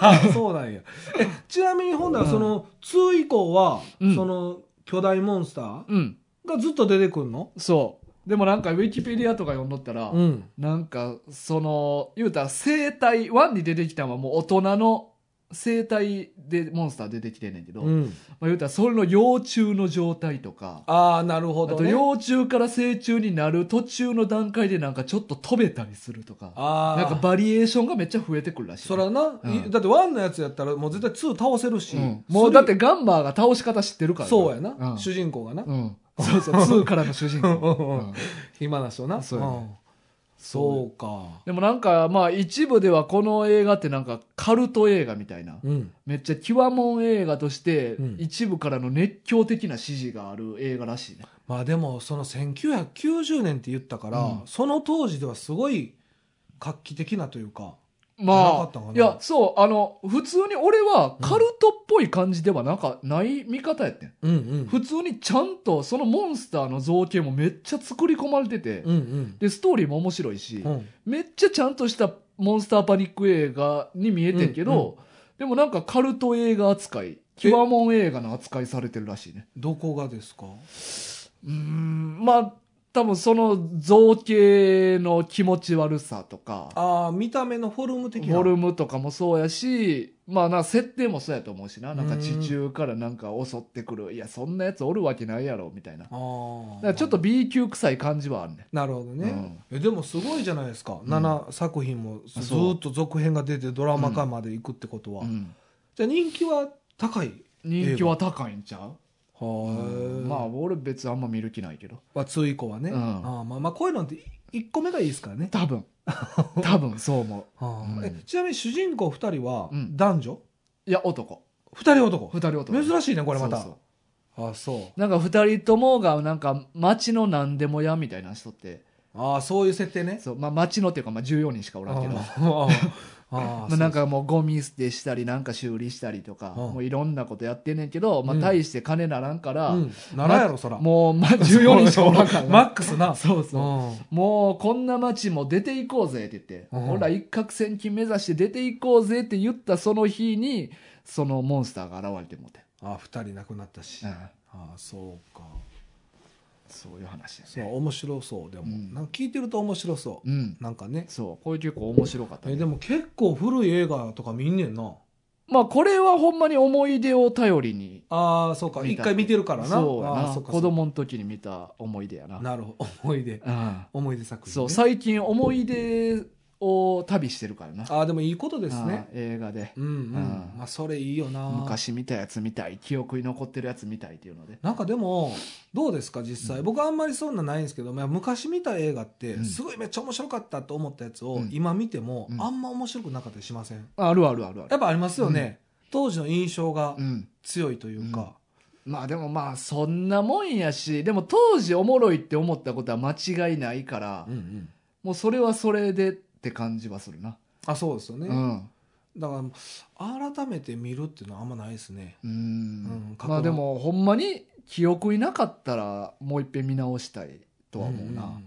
Speaker 2: あそうなんや。え、ちなみに本来はその、2以降は、
Speaker 1: うん
Speaker 2: その、巨大モンスター
Speaker 1: うん。
Speaker 2: がずっと出てくるの
Speaker 1: そう。でもなんかウィキペディアとか読んどったら、
Speaker 2: ん。
Speaker 1: なんかその言うたら生態ワンに出てきたのはもう大人の生態でモンスター出てきてんねんけど、
Speaker 2: う
Speaker 1: ま
Speaker 2: ん。
Speaker 1: あ、言うたらそれの幼虫の状態とか、
Speaker 2: ああ、なるほ
Speaker 1: あ
Speaker 2: ど、
Speaker 1: と
Speaker 2: ね。
Speaker 1: 幼虫から成虫になる途中の段階でなんかちょっと飛べたりするとか
Speaker 2: ああ。
Speaker 1: なんかバリエーションがめっちゃ増えてくるらしい、
Speaker 2: そらな、
Speaker 1: うん
Speaker 2: いだってワンのやつやったらもう絶対2倒せるし、
Speaker 1: うんもうだってガンマーが倒し方知ってるからな
Speaker 2: そうやな、
Speaker 1: うん
Speaker 2: 主人公がな、
Speaker 1: うん、そうそう2からの主人
Speaker 2: う
Speaker 1: 公、
Speaker 2: んうんうん
Speaker 1: うん
Speaker 2: 暇な人な
Speaker 1: そうやね
Speaker 2: んそうか
Speaker 1: でもなんかまあ一部ではこの映画ってなんかカルト映画みたいな、
Speaker 2: うん
Speaker 1: めっちゃキュアモン映画として
Speaker 2: うん
Speaker 1: 一部からの熱狂的な支持がある映画らしいね、
Speaker 2: まあでもその1990年って言ったから、
Speaker 1: うん
Speaker 2: その当時ではすごい画期的なというかなか
Speaker 1: ま
Speaker 2: ったか
Speaker 1: あ
Speaker 2: ない
Speaker 1: やそうあの普通に俺はカルトっぽい感じではなんかない見方やってん、
Speaker 2: うんうん
Speaker 1: 普通にちゃんとそのモンスターの造形もめっちゃ作り込まれてて、
Speaker 2: うん
Speaker 1: でストーリーも面白いし、
Speaker 2: うんうん
Speaker 1: めっちゃちゃんとしたモンスターパニック映画に見えてんけど、でもなんかカルト映画扱いキュアモン映画の扱いされてるらしいね
Speaker 2: どこがですか
Speaker 1: うーんまあ多分その造形の気持ち悪さとか
Speaker 2: ああ見た目のフォルム
Speaker 1: フ
Speaker 2: 的な
Speaker 1: ォルムとかもそうやしまあな設定もそうやと思うしななんか
Speaker 2: うん
Speaker 1: 地中からなんか襲ってくるいやそんなやつおるわけないやろみたいなだか
Speaker 2: あ
Speaker 1: ら
Speaker 2: あ
Speaker 1: ちょっと B 級臭い感じはあるね
Speaker 2: なるほどね、えでもすごいじゃないですか、
Speaker 1: ん
Speaker 2: 7作品もず
Speaker 1: あ
Speaker 2: ず
Speaker 1: そう
Speaker 2: ーっと続編が出てドラマ化まで行くってことは、
Speaker 1: うん
Speaker 2: じゃあ人気は高い
Speaker 1: 人気は高いんちゃう
Speaker 2: は
Speaker 1: うんまあ俺別にあんま見る気ないけど
Speaker 2: まあ、2以降はね、
Speaker 1: うん
Speaker 2: ああまあまあこういうのって1個目がいいですからね、
Speaker 1: 多分多分そう思
Speaker 2: はあ
Speaker 1: うん
Speaker 2: えちなみに主人公2人は
Speaker 1: うん
Speaker 2: 男女、
Speaker 1: いや、男。
Speaker 2: 二人男
Speaker 1: 二人男。
Speaker 2: 珍しいねこれまた
Speaker 1: そうそ
Speaker 2: あそう
Speaker 1: なんか二人ともが、なんか、町の何でも屋みたいな人って、
Speaker 2: あそういう設定ね
Speaker 1: そう、まあ町のっていうか、まあ14人しかおらんけど、
Speaker 2: あ
Speaker 1: ま
Speaker 2: ああ あ
Speaker 1: あなんかもうゴミ捨てしたり、なんか修理したりとか、
Speaker 2: うん
Speaker 1: もういろんなことやってんねんけど、まあ
Speaker 2: うん
Speaker 1: 大して金ならんから、
Speaker 2: うんならんやろそら
Speaker 1: もう、まあ14人しかおらん からな、
Speaker 2: マックスな
Speaker 1: そうそう。
Speaker 2: うん
Speaker 1: もうこんな街も出ていこうぜって言って、
Speaker 2: うん
Speaker 1: 俺ら一攫千金目指して出ていこうぜって言ったその日に、そのモンスターが現れてもうて。
Speaker 2: あ二人亡くなったし
Speaker 1: うん
Speaker 2: あそうか
Speaker 1: そういう話です
Speaker 2: そう
Speaker 1: ね。
Speaker 2: 面白そうでも
Speaker 1: うん
Speaker 2: なんか聞いてると面白そ
Speaker 1: うん
Speaker 2: う。なんかね
Speaker 1: そう。これ結構面白かった、
Speaker 2: え
Speaker 1: ね。
Speaker 2: でも結構古い映画とか見んねんな
Speaker 1: まあこれはほんまに思い出を頼りに。
Speaker 2: ああそうか
Speaker 1: 見
Speaker 2: 一
Speaker 1: た
Speaker 2: 回見てるからな
Speaker 1: そうや
Speaker 2: あー
Speaker 1: な。
Speaker 2: そうか
Speaker 1: 子供の時に見た思い出やな。
Speaker 2: なるほど思い出
Speaker 1: うん。
Speaker 2: 思い出作品ね
Speaker 1: そう。最近思い出を旅してるからな。
Speaker 2: ああでもいいことですね
Speaker 1: うん映画で。
Speaker 2: うんうん
Speaker 1: うん
Speaker 2: まあそれいいよな
Speaker 1: 昔見たやつ見たい。記憶に残ってるやつ見たいっていうので。
Speaker 2: なんかでもどうですか実際、
Speaker 1: うん
Speaker 2: 僕あんまりそんなないんですけど、まあ、昔見た映画って、
Speaker 1: うん
Speaker 2: すごいめっちゃ面白かったと思ったやつ
Speaker 1: う
Speaker 2: を
Speaker 1: ん
Speaker 2: 今見ても、
Speaker 1: うん
Speaker 2: あんま面白くなかったりしません
Speaker 1: あるあるあるある。
Speaker 2: やっぱありますよね、当時の印象が
Speaker 1: うん。
Speaker 2: 強いというか、
Speaker 1: まあでもまあそんなもんやし、でも当時おもろいって思ったことは間違いないから、
Speaker 2: うんうん
Speaker 1: もうそれはそれでって感じはするな。
Speaker 2: あそうですよ
Speaker 1: う
Speaker 2: ね、
Speaker 1: ん。
Speaker 2: だから改めて見るっていうのはあんまないですね
Speaker 1: う
Speaker 2: うん
Speaker 1: ん。
Speaker 2: 過去の
Speaker 1: まあでもほんまに記憶になかったらもう一遍見直したいとは思うな。
Speaker 2: ん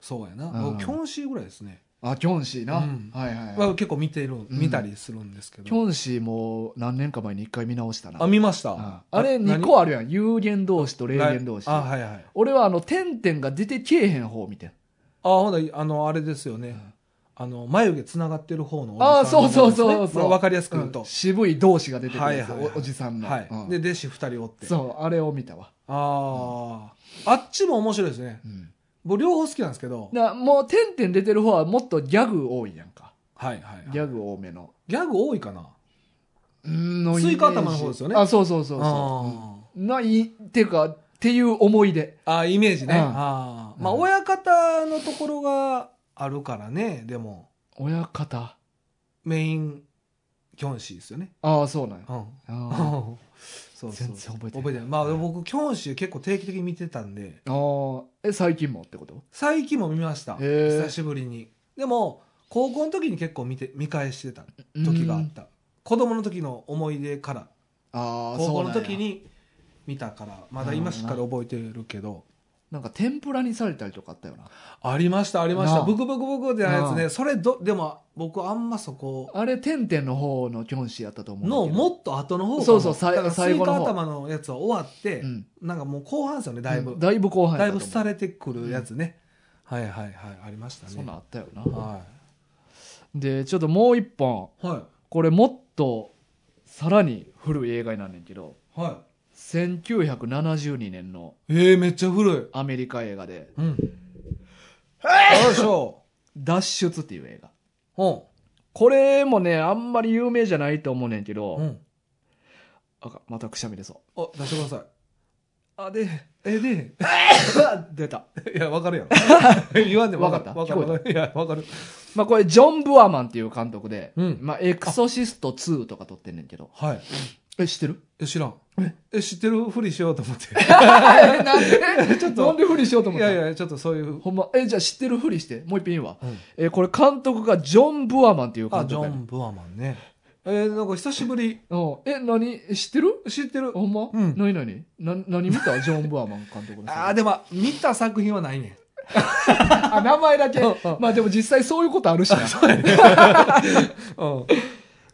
Speaker 2: そうやな、
Speaker 1: うん
Speaker 2: 僕キョンシーぐらいですね、
Speaker 1: あ、キョンシーな。
Speaker 2: うん
Speaker 1: はいはい
Speaker 2: は
Speaker 1: はい。
Speaker 2: 結構見てる、
Speaker 1: ん
Speaker 2: 見たりするんですけ
Speaker 1: キ
Speaker 2: ど
Speaker 1: ョンシーも何年か前に一回見直したな。
Speaker 2: あ見ました、
Speaker 1: うんあれ2個あるやん。有限同士と霊
Speaker 2: 何
Speaker 1: 言同士。
Speaker 2: あはいはい
Speaker 1: 俺はあの、点々が出てけえへん方見てん。
Speaker 2: あほんだあのあれですよね、
Speaker 1: ん
Speaker 2: あの眉毛つながってる方のお
Speaker 1: ああ、
Speaker 2: じさん
Speaker 1: そ
Speaker 2: の
Speaker 1: うそう
Speaker 2: 方
Speaker 1: そ
Speaker 2: で
Speaker 1: う
Speaker 2: すね
Speaker 1: そう。
Speaker 2: わかりやすく言う
Speaker 1: うん
Speaker 2: と、
Speaker 1: 渋い同士が出てくるやつ
Speaker 2: はいはいはい
Speaker 1: おおじさんの。
Speaker 2: はい
Speaker 1: うん
Speaker 2: で弟子二人おって
Speaker 1: そう、あれを見たわ。
Speaker 2: ああ、あっちも面白いですね
Speaker 1: うん。
Speaker 2: 僕両方好きなんですけど
Speaker 1: だからもう、点々出てる方はもっとギャグ多いやんか。
Speaker 2: はいはい
Speaker 1: ギ
Speaker 2: ギャ
Speaker 1: ャグ多めの。
Speaker 2: グ多いかな
Speaker 1: うんのイメージ
Speaker 2: スイカ頭の方ですよね
Speaker 1: あ、そうそうそうそ
Speaker 2: あ
Speaker 1: う。ない、っていうか、っていう思い出。
Speaker 2: ーあーイメージね
Speaker 1: うん
Speaker 2: あーまあ
Speaker 1: うん
Speaker 2: 親方のところがあるからねでも
Speaker 1: 親方。
Speaker 2: メインキョンシーですよね
Speaker 1: ああ、そうなんや。
Speaker 2: うん
Speaker 1: あ
Speaker 2: そうそう
Speaker 1: 全然覚えてない
Speaker 2: 覚えてないまあ僕キョンシー結構定期的に見てたんで
Speaker 1: あー。え、最近もってこと
Speaker 2: 最近も見ました
Speaker 1: へー
Speaker 2: 久しぶりにでも高校の時に結構見て見返してた時があった子供の時の思い出から
Speaker 1: ああ、
Speaker 2: 高
Speaker 1: そ
Speaker 2: 校
Speaker 1: う
Speaker 2: の
Speaker 1: なんや
Speaker 2: 時に見たからまだ今しっかり覚えてるけど
Speaker 1: なんか天ぷらにされたりとかあったよな。
Speaker 2: ありましたありまし
Speaker 1: な
Speaker 2: た
Speaker 1: あ
Speaker 2: ブクブクブクってなるやつ
Speaker 1: う
Speaker 2: ねそれどでも僕あんまそこ
Speaker 1: あれ、点々の方のキョンシーやったと思う
Speaker 2: の
Speaker 1: んだけど。
Speaker 2: もっと後の方かな
Speaker 1: そうそうさい
Speaker 2: だから
Speaker 1: 最後の方
Speaker 2: スイカ頭のやつは終わって、
Speaker 1: うん
Speaker 2: なんかもう後半ですよねだいぶ、
Speaker 1: うんだいぶ後半
Speaker 2: だ
Speaker 1: や
Speaker 2: い
Speaker 1: った
Speaker 2: ぶ
Speaker 1: と思う
Speaker 2: 廃れてくるやつね、はいはいはいありましたね
Speaker 1: そんなんあったよな。
Speaker 2: は
Speaker 1: で、ちょっともう一本。
Speaker 2: いは
Speaker 1: これもっとさらに古い映画になんねんけど
Speaker 2: いはい
Speaker 1: 1972年の
Speaker 2: えー、めっちゃ古い。
Speaker 1: アメリカ映画で
Speaker 2: うん。よいしょ。
Speaker 1: 「脱出」っていう映画
Speaker 2: うん。
Speaker 1: これもねあんまり有名じゃないと思うねんけど、
Speaker 2: うん。
Speaker 1: あかんまたくしゃみ出そう
Speaker 2: あ、出してください。
Speaker 1: あで
Speaker 2: え、で、
Speaker 1: 出た
Speaker 2: いや、わかる やろ。言わんでもわかる。
Speaker 1: わかった
Speaker 2: わかる。いや、わかる。
Speaker 1: まあこれジョン・ブアマンっていう監督で「
Speaker 2: うん
Speaker 1: まあ、エクソシスト2」とか撮ってんねんけど
Speaker 2: はい。
Speaker 1: え知ってる
Speaker 2: え、知らん。え、知ってるふりしようと思 って。
Speaker 1: えなんでちょっとなんでふりしようと
Speaker 2: い
Speaker 1: 思った
Speaker 2: やいや、ちょっとそういう。
Speaker 1: ほんまえじゃあ知ってるふりしてもう一遍言うわ、
Speaker 2: うん
Speaker 1: えこれ監督がジョン・ブアマンっていう
Speaker 2: あ、
Speaker 1: 監
Speaker 2: ジ
Speaker 1: 督
Speaker 2: ョ
Speaker 1: やね
Speaker 2: ン・ブアマンね。えー、なんか久しぶり。
Speaker 1: うんえ何知ってる
Speaker 2: 知ってる。
Speaker 1: ほんま、
Speaker 2: うん
Speaker 1: 何何な何見たジョン・ブアマン監督の
Speaker 2: あー、でも、見た作品はないねん。
Speaker 1: あ名前だけ
Speaker 2: うんうん
Speaker 1: まあでも実際そういうことあるしな
Speaker 2: うん。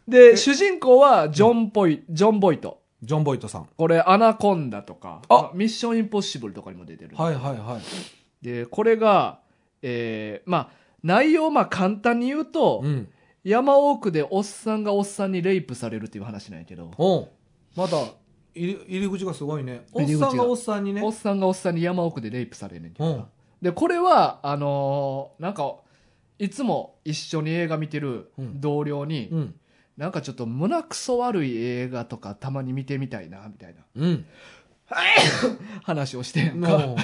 Speaker 1: で主人公はジョン・ポイジョン・ボイト
Speaker 2: ジョン・ボイトさん。
Speaker 1: これ「アナコンダ」とか
Speaker 2: あ
Speaker 1: まあミッション・インポッシブル」とかにも出てる、
Speaker 2: はいはいはい。
Speaker 1: でこれがえーまあ内容まあ簡単に言うと、
Speaker 2: うん。
Speaker 1: 山奥でおっさんがおっさんにレイプされるっていう話なんやけど、
Speaker 2: おうまた、入り入り口がすごいね。おっ
Speaker 1: 入り口が
Speaker 2: さんがおっさんにね。
Speaker 1: おっさんがおっさんに山奥でレイプされんねんけど、
Speaker 2: うん。
Speaker 1: でこれはあのーなんかいつも一緒に映画見てる
Speaker 2: うん
Speaker 1: 同僚に、
Speaker 2: うん。
Speaker 1: なんかちょっと胸くそ悪い映画とかたまに見てみたいなみたい
Speaker 2: うん。
Speaker 1: な話をしてんか
Speaker 2: も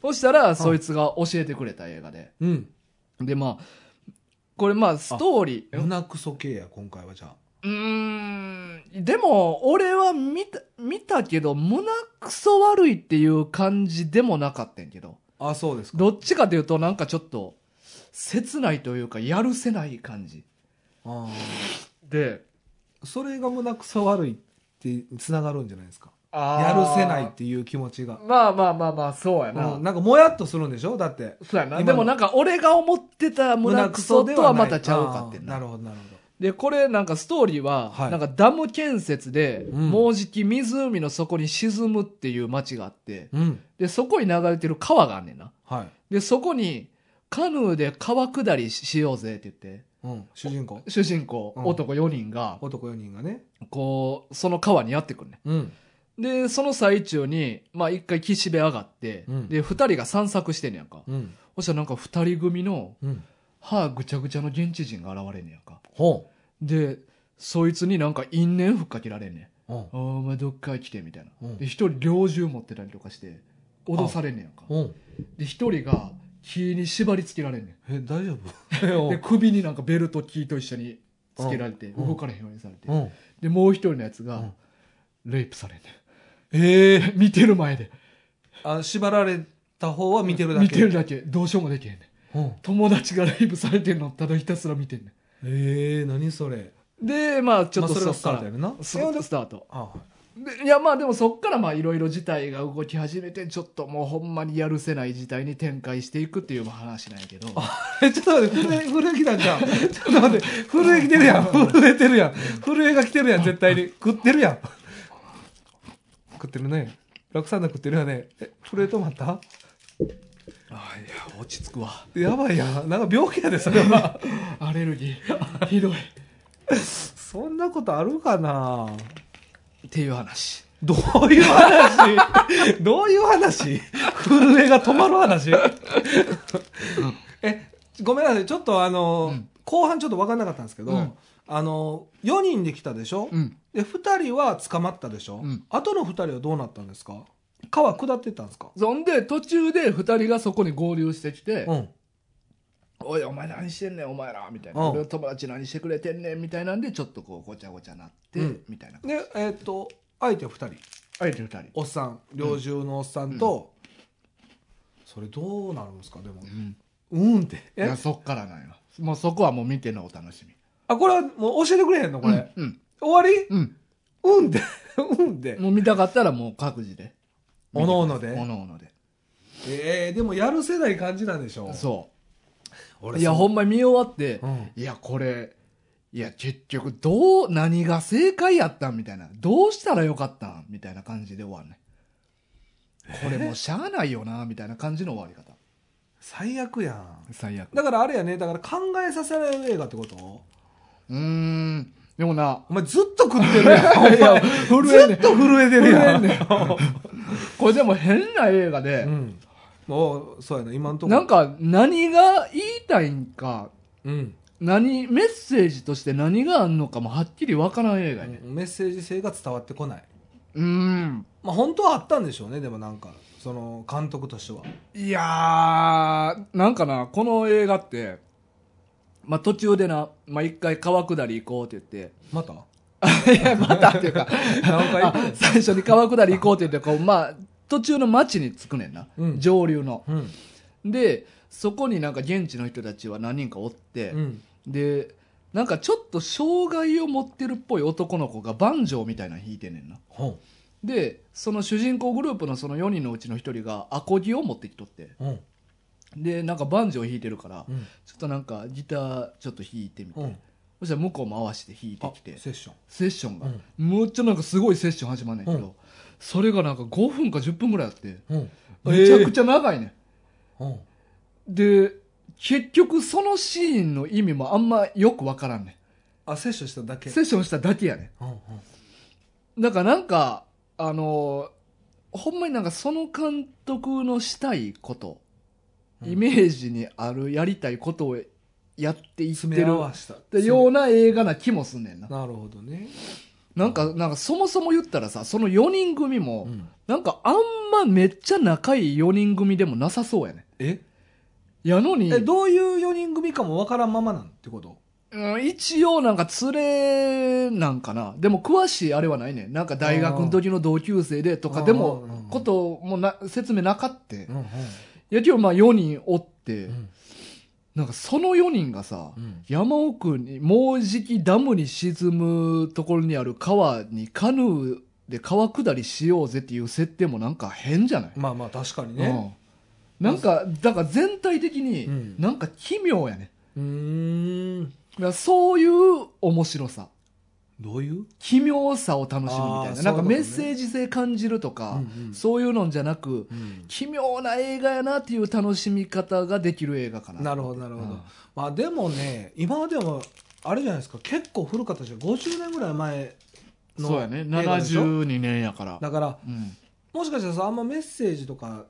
Speaker 1: そしたらそいつが教えてくれた映画で
Speaker 2: う。うん。
Speaker 1: でまあこれまあストーリー
Speaker 2: 胸クソ系や、今回はじゃあ。
Speaker 1: うーん、でも、俺は見た、見たけど、胸くそ悪いっていう感じでもなかったんやけど。
Speaker 2: あそうですか
Speaker 1: どっちかというと、なんかちょっと、切ないというか、やるせない感じ。
Speaker 2: あ
Speaker 1: で、
Speaker 2: ーそれが胸くそ悪いってつながるんじゃないですか
Speaker 1: や
Speaker 2: やるせないっ。ていう気持ちが、
Speaker 1: まあまあまあまあ、そうやな。
Speaker 2: うん、なんかもやっとするんでしょだって
Speaker 1: そうやな。
Speaker 2: 今
Speaker 1: で
Speaker 2: の
Speaker 1: もなんか、俺が思ってた胸くそとはまたちゃうかってん
Speaker 2: な
Speaker 1: な
Speaker 2: るほどなるほど
Speaker 1: で、これなんかストーリーは、
Speaker 2: はい
Speaker 1: なんかダム建設で、
Speaker 2: うん
Speaker 1: もうじき湖の底に沈むっていう町があって、
Speaker 2: うん
Speaker 1: で、そこに流れてる川があんねんな。
Speaker 2: はい、
Speaker 1: で、そこに、カヌーで川下りしようぜって言って、
Speaker 2: うん、主人公
Speaker 1: 主人公、
Speaker 2: うん
Speaker 1: 男4人が、
Speaker 2: 男4人がね
Speaker 1: こう、その川にやってくるね。
Speaker 2: うん
Speaker 1: で、その最中に、まあ一回岸辺上がって、
Speaker 2: うん
Speaker 1: で、二人が散策してんねやんか。
Speaker 2: うん
Speaker 1: そしたらなんか二人組の、
Speaker 2: うん
Speaker 1: 歯ぐちゃぐちゃの現地人が現れんねやんか。
Speaker 2: ほ
Speaker 1: で、そいつになんか因縁ふっかけられんねん。
Speaker 2: ううん
Speaker 1: あーお前どっかへ来てみたいな
Speaker 2: うん
Speaker 1: で一人猟銃持ってたりとかして脅されんねやんか
Speaker 2: うん
Speaker 1: で一人が木に縛り付けられんね
Speaker 2: え大丈
Speaker 1: ん
Speaker 2: 夫
Speaker 1: で首になんかベルト木と一緒に付けられて
Speaker 2: うん
Speaker 1: 動かれへんようにされて
Speaker 2: うん
Speaker 1: でもう一人のやつ
Speaker 2: う
Speaker 1: が
Speaker 2: ん
Speaker 1: レイプされんねんええ見てる前で
Speaker 2: あ縛られた方は見てるだけ
Speaker 1: 見てるだけどうしようもできへんねん
Speaker 2: うん
Speaker 1: 友達がレイプされてんのただひたすら見てんね
Speaker 2: ええ何それ
Speaker 1: んでまあちょっと
Speaker 2: まあそ
Speaker 1: そ
Speaker 2: れが
Speaker 1: っ
Speaker 2: ス
Speaker 1: か
Speaker 2: ター
Speaker 1: ら
Speaker 2: トやるな
Speaker 1: スタート
Speaker 2: あはい
Speaker 1: でいやまあでもそっからまあいろいろ事態が動き始めてちょっともうほんまにやるせない事態に展開していくっていう話なんやけど
Speaker 2: え、ちょっと待って、震え、震えきたんじゃん。ちょっと待って、震えきてるやん。震えてるやん。震えが来てるやん、絶対に。食ってるやん。食ってるね。楽さんな食ってるよね。え、震え止まった
Speaker 1: あいや落ち着くわ
Speaker 2: やばいやん。なんか病気やで、それは。
Speaker 1: アレルギーひどいっ
Speaker 2: そんなことあるかな
Speaker 1: ていう話
Speaker 2: どういう話どういう話震えが止まる話え、ごめんなさい。ちょっとあの、
Speaker 1: うん
Speaker 2: 後半ちょっと分かんなかったんですけど、
Speaker 1: うん
Speaker 2: あの、4人で来たでしょ、
Speaker 1: うん
Speaker 2: で2人は捕まったでしょ、
Speaker 1: うん
Speaker 2: あとの2人はどうなったんですか川下ってったんですか
Speaker 1: そんで途中で2人がそこに合流してきて「
Speaker 2: うん
Speaker 1: おいお前何してんねんお前ら」みたいな
Speaker 2: う
Speaker 1: 「
Speaker 2: ん
Speaker 1: 俺の友達何してくれてんねん」みたいなんでちょっとこうごちゃごちゃなって、
Speaker 2: うん
Speaker 1: みたいな
Speaker 2: でえーっと相手2人
Speaker 1: 相手2人
Speaker 2: おっさん猟銃のおっさんと、それどうなるんですかでも
Speaker 1: うん
Speaker 2: うんって
Speaker 1: い
Speaker 2: え
Speaker 1: やそっからなんよもうそこはもう見てのお楽しみ
Speaker 2: あこれはもう教えてくれへんのこれ、
Speaker 1: うん
Speaker 2: 終わり
Speaker 1: うん、
Speaker 2: うんってうんって
Speaker 1: もう見たかったらもう各自で
Speaker 2: おのおので
Speaker 1: おのおので
Speaker 2: えー、でもやるせない感じなんでしょ
Speaker 1: そ
Speaker 2: 俺
Speaker 1: ういやほんま見終わって、
Speaker 2: うん
Speaker 1: いやこれいや結局どう何が正解やったんみたいなどうしたらよかったんみたいな感じで終わんねこれもうしゃあないよなみたいな感じの終わり方
Speaker 2: 最悪やん
Speaker 1: 最悪
Speaker 2: だからあれやねだから考えさせられる映画ってこと
Speaker 1: うーんでもな
Speaker 2: お前ずっと食ってるやん。お 前
Speaker 1: いや震えん
Speaker 2: ず
Speaker 1: ね
Speaker 2: っと震えてるやん。
Speaker 1: これでも変な映画で
Speaker 2: う、ん。もう、そうやな、今のところ。
Speaker 1: なん、か何が言いたいんか
Speaker 2: うん。
Speaker 1: 何メッセージとして何があんのかもはっきりわからん映画やね
Speaker 2: メッセージ性が伝わってこない。
Speaker 1: うーん
Speaker 2: まあ本当はあったんでしょうね、でもなんか、その、監督としては。
Speaker 1: いやー、なんかな、この映画って、まあ、途中でな、まあ、一回川下り行こうって言って、
Speaker 2: また
Speaker 1: いや、 またっていうか、
Speaker 2: 何回
Speaker 1: あ最初に川下り行こうって言って、こう、まあ、途中の町に着くねんな、
Speaker 2: うん
Speaker 1: 上流の。
Speaker 2: うん。
Speaker 1: で、そこになんか現地の人たちは何人かおって、
Speaker 2: うん。
Speaker 1: で、なんかちょっと障害を持ってるっぽい男の子がバンジョーみたいなの弾いてんねんな。
Speaker 2: ほ
Speaker 1: で、その主人公グループのその4人のうちの1人がアコギを持ってきとって、
Speaker 2: う。うん。
Speaker 1: で、なんかバンジョー弾いてるから、
Speaker 2: うん。
Speaker 1: ちょっとなんかギターちょっと弾いてみて、
Speaker 2: うん。
Speaker 1: そしたら向こうも合わせて弾いて
Speaker 2: あ
Speaker 1: き、
Speaker 2: セ
Speaker 1: て
Speaker 2: ッション。
Speaker 1: セッションが、
Speaker 2: うん
Speaker 1: むっちゃなんかすごいセッション始まんねんけど、
Speaker 2: うん
Speaker 1: それがなんか5分か10分ぐらいあって
Speaker 2: うん。
Speaker 1: めちゃくちゃ長いね
Speaker 2: うん。
Speaker 1: ん、で結局そのシーンの意味もあんまよくわからんね
Speaker 2: あ、セッションしただ
Speaker 1: ん
Speaker 2: け。
Speaker 1: セッションしただけやね
Speaker 2: うん。うん。
Speaker 1: んだからなんかあのーほんまになんかその監督のしたいことイメージにあるやりたいことをやっていって
Speaker 2: 詰め
Speaker 1: る
Speaker 2: 合わした。
Speaker 1: ってような映画な気もすんねんな
Speaker 2: なるほどね。
Speaker 1: なんか、なんかそもそも言ったらさ、その4人組も、
Speaker 2: ん。
Speaker 1: なんかあんまめっちゃ仲いい4人組でもなさそうやね。
Speaker 2: え
Speaker 1: やのに、
Speaker 2: え、どういう4人組かもわからんままなんてこと
Speaker 1: うん一応なんか連れなんかな。でも詳しいあれはないね。なんか大学の時の同級生でとかでも
Speaker 2: うんうんうん、
Speaker 1: こともな、説明なかって。い
Speaker 2: うんうん
Speaker 1: やけどまあ4人おって、
Speaker 2: うん
Speaker 1: なんかその4人がさ、
Speaker 2: うん
Speaker 1: 山奥に、もうじきダムに沈むところにある川にカヌーで川下りしようぜっていう設定もなんか変じゃない、
Speaker 2: まあまあ確かにね
Speaker 1: うんなんか、だから全体的に
Speaker 2: うん
Speaker 1: なんか奇妙やね。
Speaker 2: うーん
Speaker 1: だからそういう面白さ。
Speaker 2: どういう
Speaker 1: 奇妙さを楽しむみたい
Speaker 2: あー
Speaker 1: な、
Speaker 2: そういう
Speaker 1: なん
Speaker 2: こ
Speaker 1: か
Speaker 2: とね
Speaker 1: メッセージ性感じるとか、
Speaker 2: うんうん
Speaker 1: そういうのんじゃなく
Speaker 2: うん
Speaker 1: 奇妙な映画やなっていう楽しみ方ができる映画かな
Speaker 2: なるほどなるほど
Speaker 1: うん
Speaker 2: まあでもね今までもあれじゃないですか結構古かったですよ50年ぐらい前の
Speaker 1: そうやね
Speaker 2: 映画でしょ
Speaker 1: 72年やから
Speaker 2: だから
Speaker 1: うん
Speaker 2: もしかしたらさあんまメッセージとか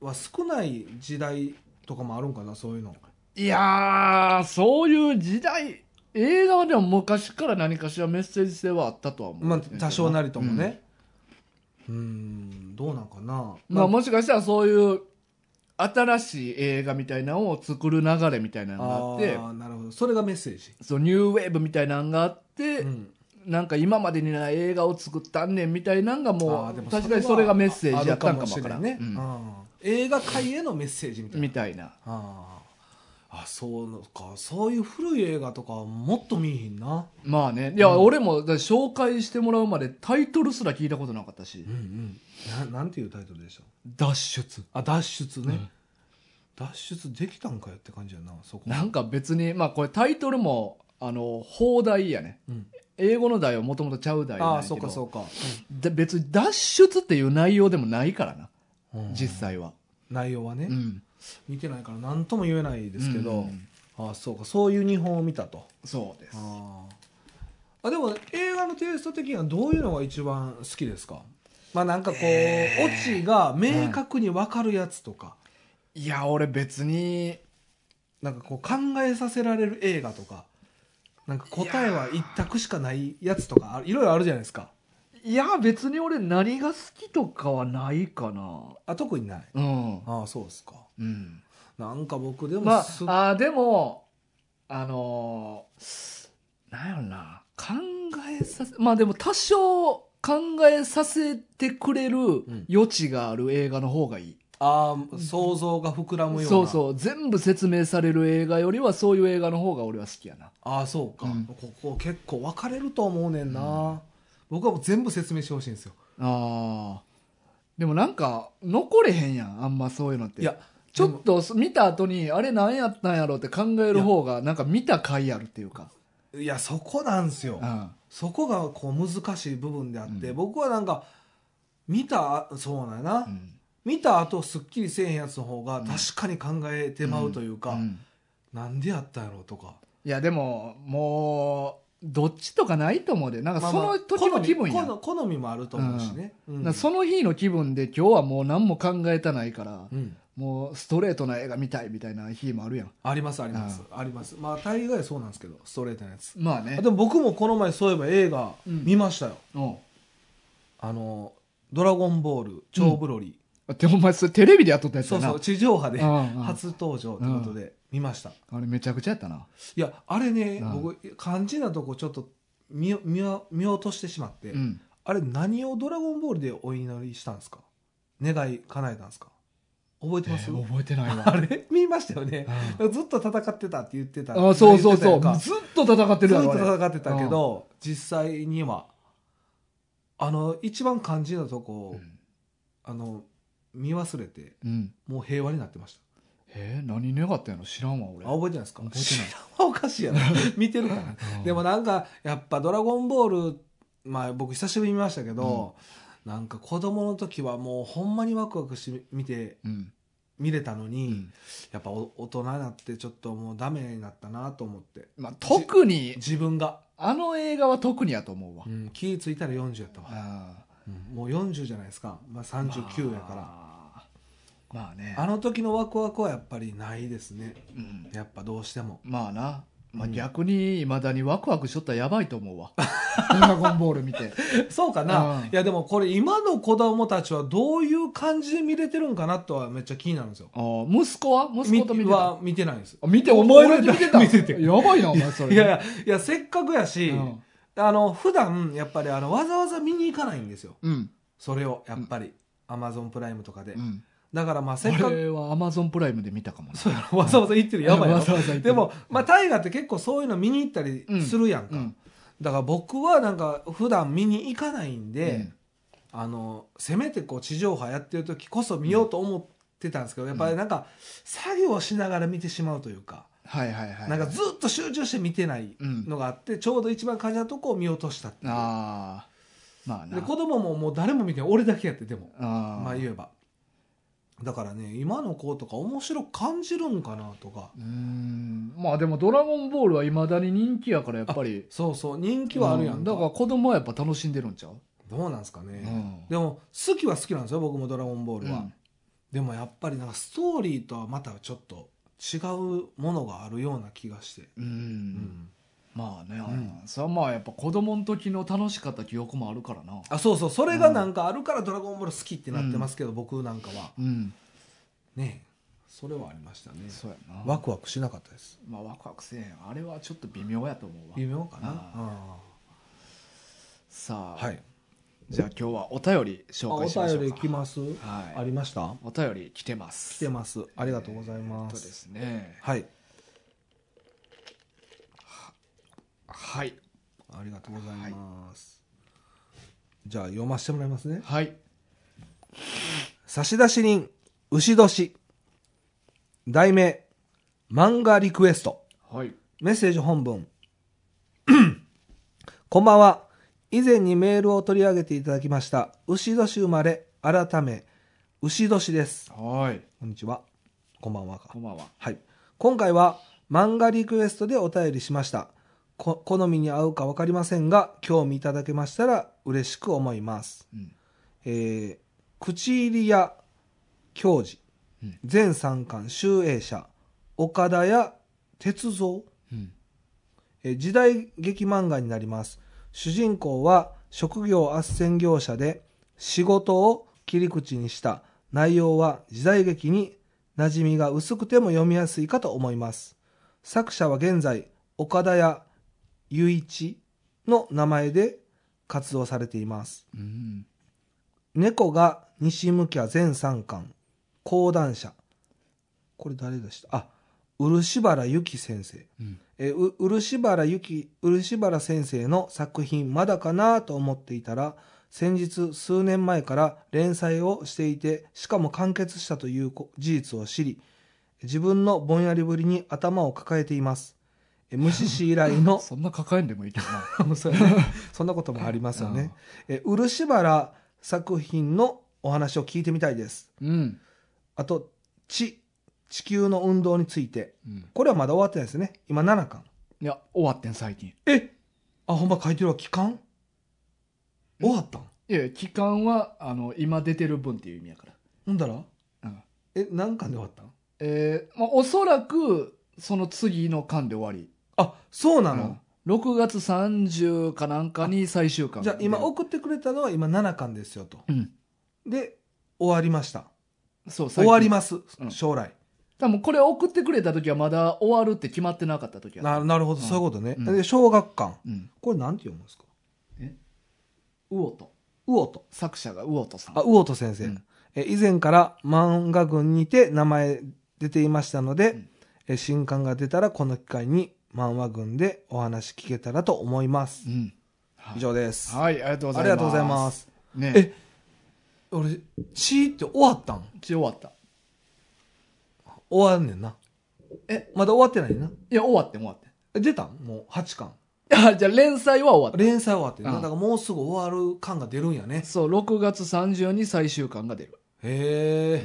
Speaker 2: は少ない時代とかもあるんかなそういうの
Speaker 1: いやーそういう時代映画はでも昔から何かしらメッセージ性はあったとは思う、
Speaker 2: まあ多少なりともねうんんどうなんかな
Speaker 1: うん、まあもしかしたらそういう新しい映画みたいなのを作る流れみたいなのがあって
Speaker 2: あーなるほどそれがメッセージ
Speaker 1: そうニューウェーブみたいなのがあって、
Speaker 2: うん
Speaker 1: なんか今までにない映画を作ったんねんみたいなんが
Speaker 2: あ
Speaker 1: も
Speaker 2: ー
Speaker 1: う
Speaker 2: でも
Speaker 1: 確かにそれがメッセージやったんかもわ
Speaker 2: ある
Speaker 1: から
Speaker 2: か
Speaker 1: ん
Speaker 2: もしれないね
Speaker 1: うん
Speaker 2: うん映画界へのメッセージみたいな
Speaker 1: みたいな
Speaker 2: あーあそうのかそういう古い映画とかはもっと見えへんな
Speaker 1: まあねいや、俺もだから紹介してもらうまでタイトルすら聞いたことなかったし、
Speaker 2: うんうんななんていうタイトルでした
Speaker 1: 脱出
Speaker 2: あ脱出ね、脱出できたんかよって感じやなそこ
Speaker 1: なんか別にまあこれタイトルもあの放題やね
Speaker 2: うん
Speaker 1: 英語の題はもともとちゃう題なん
Speaker 2: あ
Speaker 1: や
Speaker 2: あ
Speaker 1: け
Speaker 2: そ
Speaker 1: ど
Speaker 2: うかそうか、
Speaker 1: で別に脱出っていう内容でもないからな、
Speaker 2: うん
Speaker 1: 実際は、
Speaker 2: 内容はね、
Speaker 1: うん、
Speaker 2: 見てないから何とも言えないですけど、
Speaker 1: うんうん
Speaker 2: ああそうかそういう日本を見たと
Speaker 1: そうです
Speaker 2: ああでも映画のテイスト的にはどういうのが一番好きですかまあなんかこう、オチが明確に分かるやつとか、
Speaker 1: いや俺別に
Speaker 2: なんかこう考えさせられる映画とかなんか答えは一択しかないやつとかあいろいろあるじゃないですか
Speaker 1: いや別に俺何が好きとかはないかな
Speaker 2: あ特にない
Speaker 1: うん
Speaker 2: ああそうですか
Speaker 1: うん
Speaker 2: なんか僕でも
Speaker 1: まあ
Speaker 2: す、
Speaker 1: あーでも、あのーなんやろな、考えさせ、まあでも多少考えさせてくれる
Speaker 2: ん
Speaker 1: 余地がある映画の方がいい。
Speaker 2: あー想像が膨らむような
Speaker 1: そうそう、全部説明される映画よりはそういう映画の方が俺は好きやな。
Speaker 2: ああそうか、
Speaker 1: うん
Speaker 2: ここ結構分かれると思うねんな、僕はもう全部説明してほしいんですよ
Speaker 1: ああ。でもなんか、残れへんやん、あんまそういうのって。
Speaker 2: いや
Speaker 1: ちょっとそ見た後に、あれ何やったんやろうって考える方が、なんか見た甲斐あるっていうか。
Speaker 2: いやそこなんですよ、
Speaker 1: うん。
Speaker 2: そこがこう難しい部分であって、
Speaker 1: うん
Speaker 2: 僕はなんか見たそうなんやな、
Speaker 1: うん
Speaker 2: 見た後すっきりせえへんやつの方が確かに考えてまうというか、
Speaker 1: ん
Speaker 2: なんでやったんやろうとか
Speaker 1: いやでももうどっちとかないと思うでなんか
Speaker 2: まあ
Speaker 1: そ
Speaker 2: まあ
Speaker 1: の時の気分や、
Speaker 2: 好み好好みもあると思うしね、うん
Speaker 1: なんかその日の気分で今日はもう何も考えたないから、
Speaker 2: うん
Speaker 1: もうストレートな映画見たいみたいな日もあるやん
Speaker 2: ありますあります、ありますまあ大概そうなんですけどストレートなやつ
Speaker 1: まあね
Speaker 2: でも僕もこの前そういえば映画
Speaker 1: うん
Speaker 2: 見ましたよ、
Speaker 1: うん
Speaker 2: あの「ドラゴンボール超ブロリー」
Speaker 1: でお前それテレビでやっとったやつ
Speaker 2: そ
Speaker 1: や
Speaker 2: う
Speaker 1: な
Speaker 2: そう地上波で
Speaker 1: うんうん
Speaker 2: 初登場ということで見ました、
Speaker 1: あれめちゃくちゃやったない
Speaker 2: やあれね、
Speaker 1: うん
Speaker 2: 僕肝心なとこちょっと見よ見よ見落としてしまって、
Speaker 1: うん
Speaker 2: あれ何を「ドラゴンボール」でお祈りしたんですか願い叶えたんですか覚えてます、
Speaker 1: えー覚えてないわ
Speaker 2: あれ見ましたよね
Speaker 1: あ
Speaker 2: ずっと戦ってたって言ってた
Speaker 1: あそうそうそう
Speaker 2: 言ってたやんか
Speaker 1: ずっと戦ってるやろあ
Speaker 2: ず
Speaker 1: れ
Speaker 2: っと戦ってたけど、実際にはあの一番肝心なと
Speaker 1: う
Speaker 2: こ、
Speaker 1: ん
Speaker 2: あの見忘れて
Speaker 1: うん
Speaker 2: もう平和になってまし
Speaker 1: えー何願ったんやろ知らんわ俺
Speaker 2: たあ覚えてないですか
Speaker 1: 覚えてない
Speaker 2: 知らん はおかしいやろ見てるからね
Speaker 1: うん
Speaker 2: でもなんかやっぱ「ドラゴンボール」まあ僕久しぶりに見ましたけど、なんか子供の時はもうほんまにワクワクして見て
Speaker 1: うん
Speaker 2: 見れたの
Speaker 1: う
Speaker 2: に、
Speaker 1: ん
Speaker 2: やっぱお大人になってちょっともうダメになったなと思って
Speaker 1: まあ、特に
Speaker 2: 自分が、
Speaker 1: あの映画は特にやと思うわ、
Speaker 2: うん、気付いたら40やったわ、
Speaker 1: ああ
Speaker 2: うんもう40じゃないですか、まあ、39やから、
Speaker 1: まあ、まあね
Speaker 2: あの時のワクワクはやっぱりないですね
Speaker 1: うん
Speaker 2: やっぱどうしても
Speaker 1: まあなまあ、逆にいまだにワクワクしとったらやばいと思う わドラゴンボール見て
Speaker 2: そうかな、
Speaker 1: うん
Speaker 2: いやでもこれ今の子供たちはどういう感じで見れてるんかなとはめっちゃ気になるんですよ
Speaker 1: あー息子は息子と見てた
Speaker 2: は見てないんです
Speaker 1: あ見てお前ら
Speaker 2: 俺
Speaker 1: 見てた
Speaker 2: 見てて
Speaker 1: やばいなお前それ
Speaker 2: いやいやいやせっかくやし、
Speaker 1: うん
Speaker 2: あの普段やっぱりあのわざわざ見に行かないんですよ
Speaker 1: うん、
Speaker 2: それをやっぱり、アマゾンプライムとかで、
Speaker 1: うん、
Speaker 2: だからまあせっかく
Speaker 1: 俺はアマゾンプライムで見たかもな
Speaker 2: そうやろわざわざ行ってるやばい
Speaker 1: わ
Speaker 2: よ
Speaker 1: ざわざ行って
Speaker 2: でもまあ大河って結構そういうの見に行ったりするやんか、
Speaker 1: うん
Speaker 2: だから僕はなんか普段見に行かないんで、
Speaker 1: うん
Speaker 2: あのせめてこう地上波やってる時こそ見ようと思ってたんですけど、やっぱりなんか作業しながら見てしまうというか、
Speaker 1: はいはいはい
Speaker 2: なんかずっと集中して見てない
Speaker 1: うん
Speaker 2: のがあって、ちょうど一番感じたとこを見落としたっていう
Speaker 1: ああまあな
Speaker 2: で子供ももう誰も見てない俺だけやってでも
Speaker 1: あー
Speaker 2: まあ言えばだからね今の子とか面白く感じるんかなとか
Speaker 1: うーんまあでも「ドラゴンボール」はいまだに人気やからやっぱり
Speaker 2: そうそう人気はあるや
Speaker 1: うんん
Speaker 2: か,、
Speaker 1: だから子供はやっぱ楽しんでるんちゃう、
Speaker 2: どうなんですか
Speaker 1: う
Speaker 2: ね、
Speaker 1: ん
Speaker 2: でも好きは好きなんですよ僕も「ドラゴンボールは」
Speaker 1: うん
Speaker 2: でもやっぱりなんかストーリーとはまたちょっと違うものがあるような気がして、
Speaker 1: うん
Speaker 2: うん
Speaker 1: まあね、
Speaker 2: ん
Speaker 1: それはまあやっぱ子供の時の楽しかった記憶もあるからな
Speaker 2: あそうそうそれがなんかあるから「ドラゴンボール」好きってなってますけど、僕なんかは
Speaker 1: うん
Speaker 2: ねそれはありましたね
Speaker 1: そうやな
Speaker 2: ワクワクしなかったです
Speaker 1: まあ、ワクワクせえへんあれはちょっと微妙やと思うわ
Speaker 2: 微妙かな
Speaker 1: さ
Speaker 2: うん
Speaker 1: あ、
Speaker 2: はい
Speaker 1: じゃあ今日はお便り
Speaker 2: あ
Speaker 1: 紹
Speaker 2: お
Speaker 1: 介しましょう
Speaker 2: 便
Speaker 1: か
Speaker 2: り来ます、
Speaker 1: はい
Speaker 2: ありました
Speaker 1: お便り来てます
Speaker 2: 来てますありがとうございま
Speaker 1: えーっと
Speaker 2: す,、
Speaker 1: ですね
Speaker 2: はい
Speaker 1: はい
Speaker 2: ありがとうございます、じゃあ読ませてもらいますね
Speaker 1: はい
Speaker 2: 差出人、牛年。題名、漫画リクエスト。
Speaker 1: はい
Speaker 2: メッセージ本文。 こんばんは。以前にメールを取り上げていただきました、牛年生まれ、改め、牛年です。
Speaker 1: はい
Speaker 2: こんにちは。こんばんはか
Speaker 1: こんばんは
Speaker 2: はい。今回は漫画リクエストでお便りしました。こ好みに合うか分かりませんが、興味いただけましたら嬉しく思います。
Speaker 1: うん
Speaker 2: えー口入りや教授、
Speaker 1: うん
Speaker 2: 全三巻集英社、岡田や鉄蔵、
Speaker 1: うん
Speaker 2: えー時代劇漫画になります。主人公は職業斡旋業者で仕事を切り口にした内容は時代劇に馴染みが薄くても読みやすいかと思います。作者は現在、岡田や雄一の名前で活動されています。
Speaker 1: うん
Speaker 2: 猫が西向きは全三巻、講談社。これ誰でしたあ、漆原由紀先生。
Speaker 1: うん
Speaker 2: えーう漆原由紀漆原先生の作品まだかなと思っていたら先日数年前から連載をしていてしかも完結したというこ事実を知り自分のぼんやりぶりに頭を抱えていますえー無視氏以来の
Speaker 1: そんな抱えんでもいいけどな
Speaker 2: そうやね そんなこともありますよねえー漆原作品のお話を聞いてみたいです
Speaker 1: うん
Speaker 2: あと地地球の運動について
Speaker 1: うん
Speaker 2: これはまだ終わってないですね今7巻
Speaker 1: いや終わってん最近
Speaker 2: えあほんま書いてるわ期間終わったん
Speaker 1: いや期間はあの今出てる分っていう意味やから
Speaker 2: ほんだら、
Speaker 1: うん
Speaker 2: え何巻で終わったん
Speaker 1: えーまあ、おそらくその次の巻で終わり
Speaker 2: あそうな
Speaker 1: あ
Speaker 2: の
Speaker 1: の、6月30かなんかに最終巻
Speaker 2: じゃあ今
Speaker 1: で
Speaker 2: 送ってくれたのは今7巻ですよと
Speaker 1: うん
Speaker 2: で終わりました
Speaker 1: そう
Speaker 2: 終わり
Speaker 1: ま
Speaker 2: ます、
Speaker 1: うん
Speaker 2: 将来
Speaker 1: 多分これ送ってくれた時はまだ終わるって決まってなかった時は
Speaker 2: ななるほど、
Speaker 1: うん
Speaker 2: そういうことね、
Speaker 1: うん
Speaker 2: で小学館
Speaker 1: うん
Speaker 2: これなんて読むんですか
Speaker 1: 魚と
Speaker 2: 魚と
Speaker 1: 作者が魚とさん
Speaker 2: あ魚と先生、
Speaker 1: うん
Speaker 2: え以前から漫画群にて名前出ていましたので、
Speaker 1: うん
Speaker 2: え新刊が出たらこの機会に漫画群でお話聞けたらと思います、
Speaker 1: うんはい
Speaker 2: 以上です
Speaker 1: はいありがとうございます
Speaker 2: ありがとうございます。
Speaker 1: ね
Speaker 2: え俺、チーって終わったん
Speaker 1: 一応終わった
Speaker 2: 終わんねんな。
Speaker 1: え
Speaker 2: まだ終わってないねんな。
Speaker 1: いや終わってん終わってん
Speaker 2: え出たんもう8巻。
Speaker 1: あじゃあ連載は終わっ
Speaker 2: 連載終わってんな。
Speaker 1: うん
Speaker 2: だからもうすぐ終わる巻が出るんやね
Speaker 1: た。そう6月30に最終巻が出る
Speaker 2: へ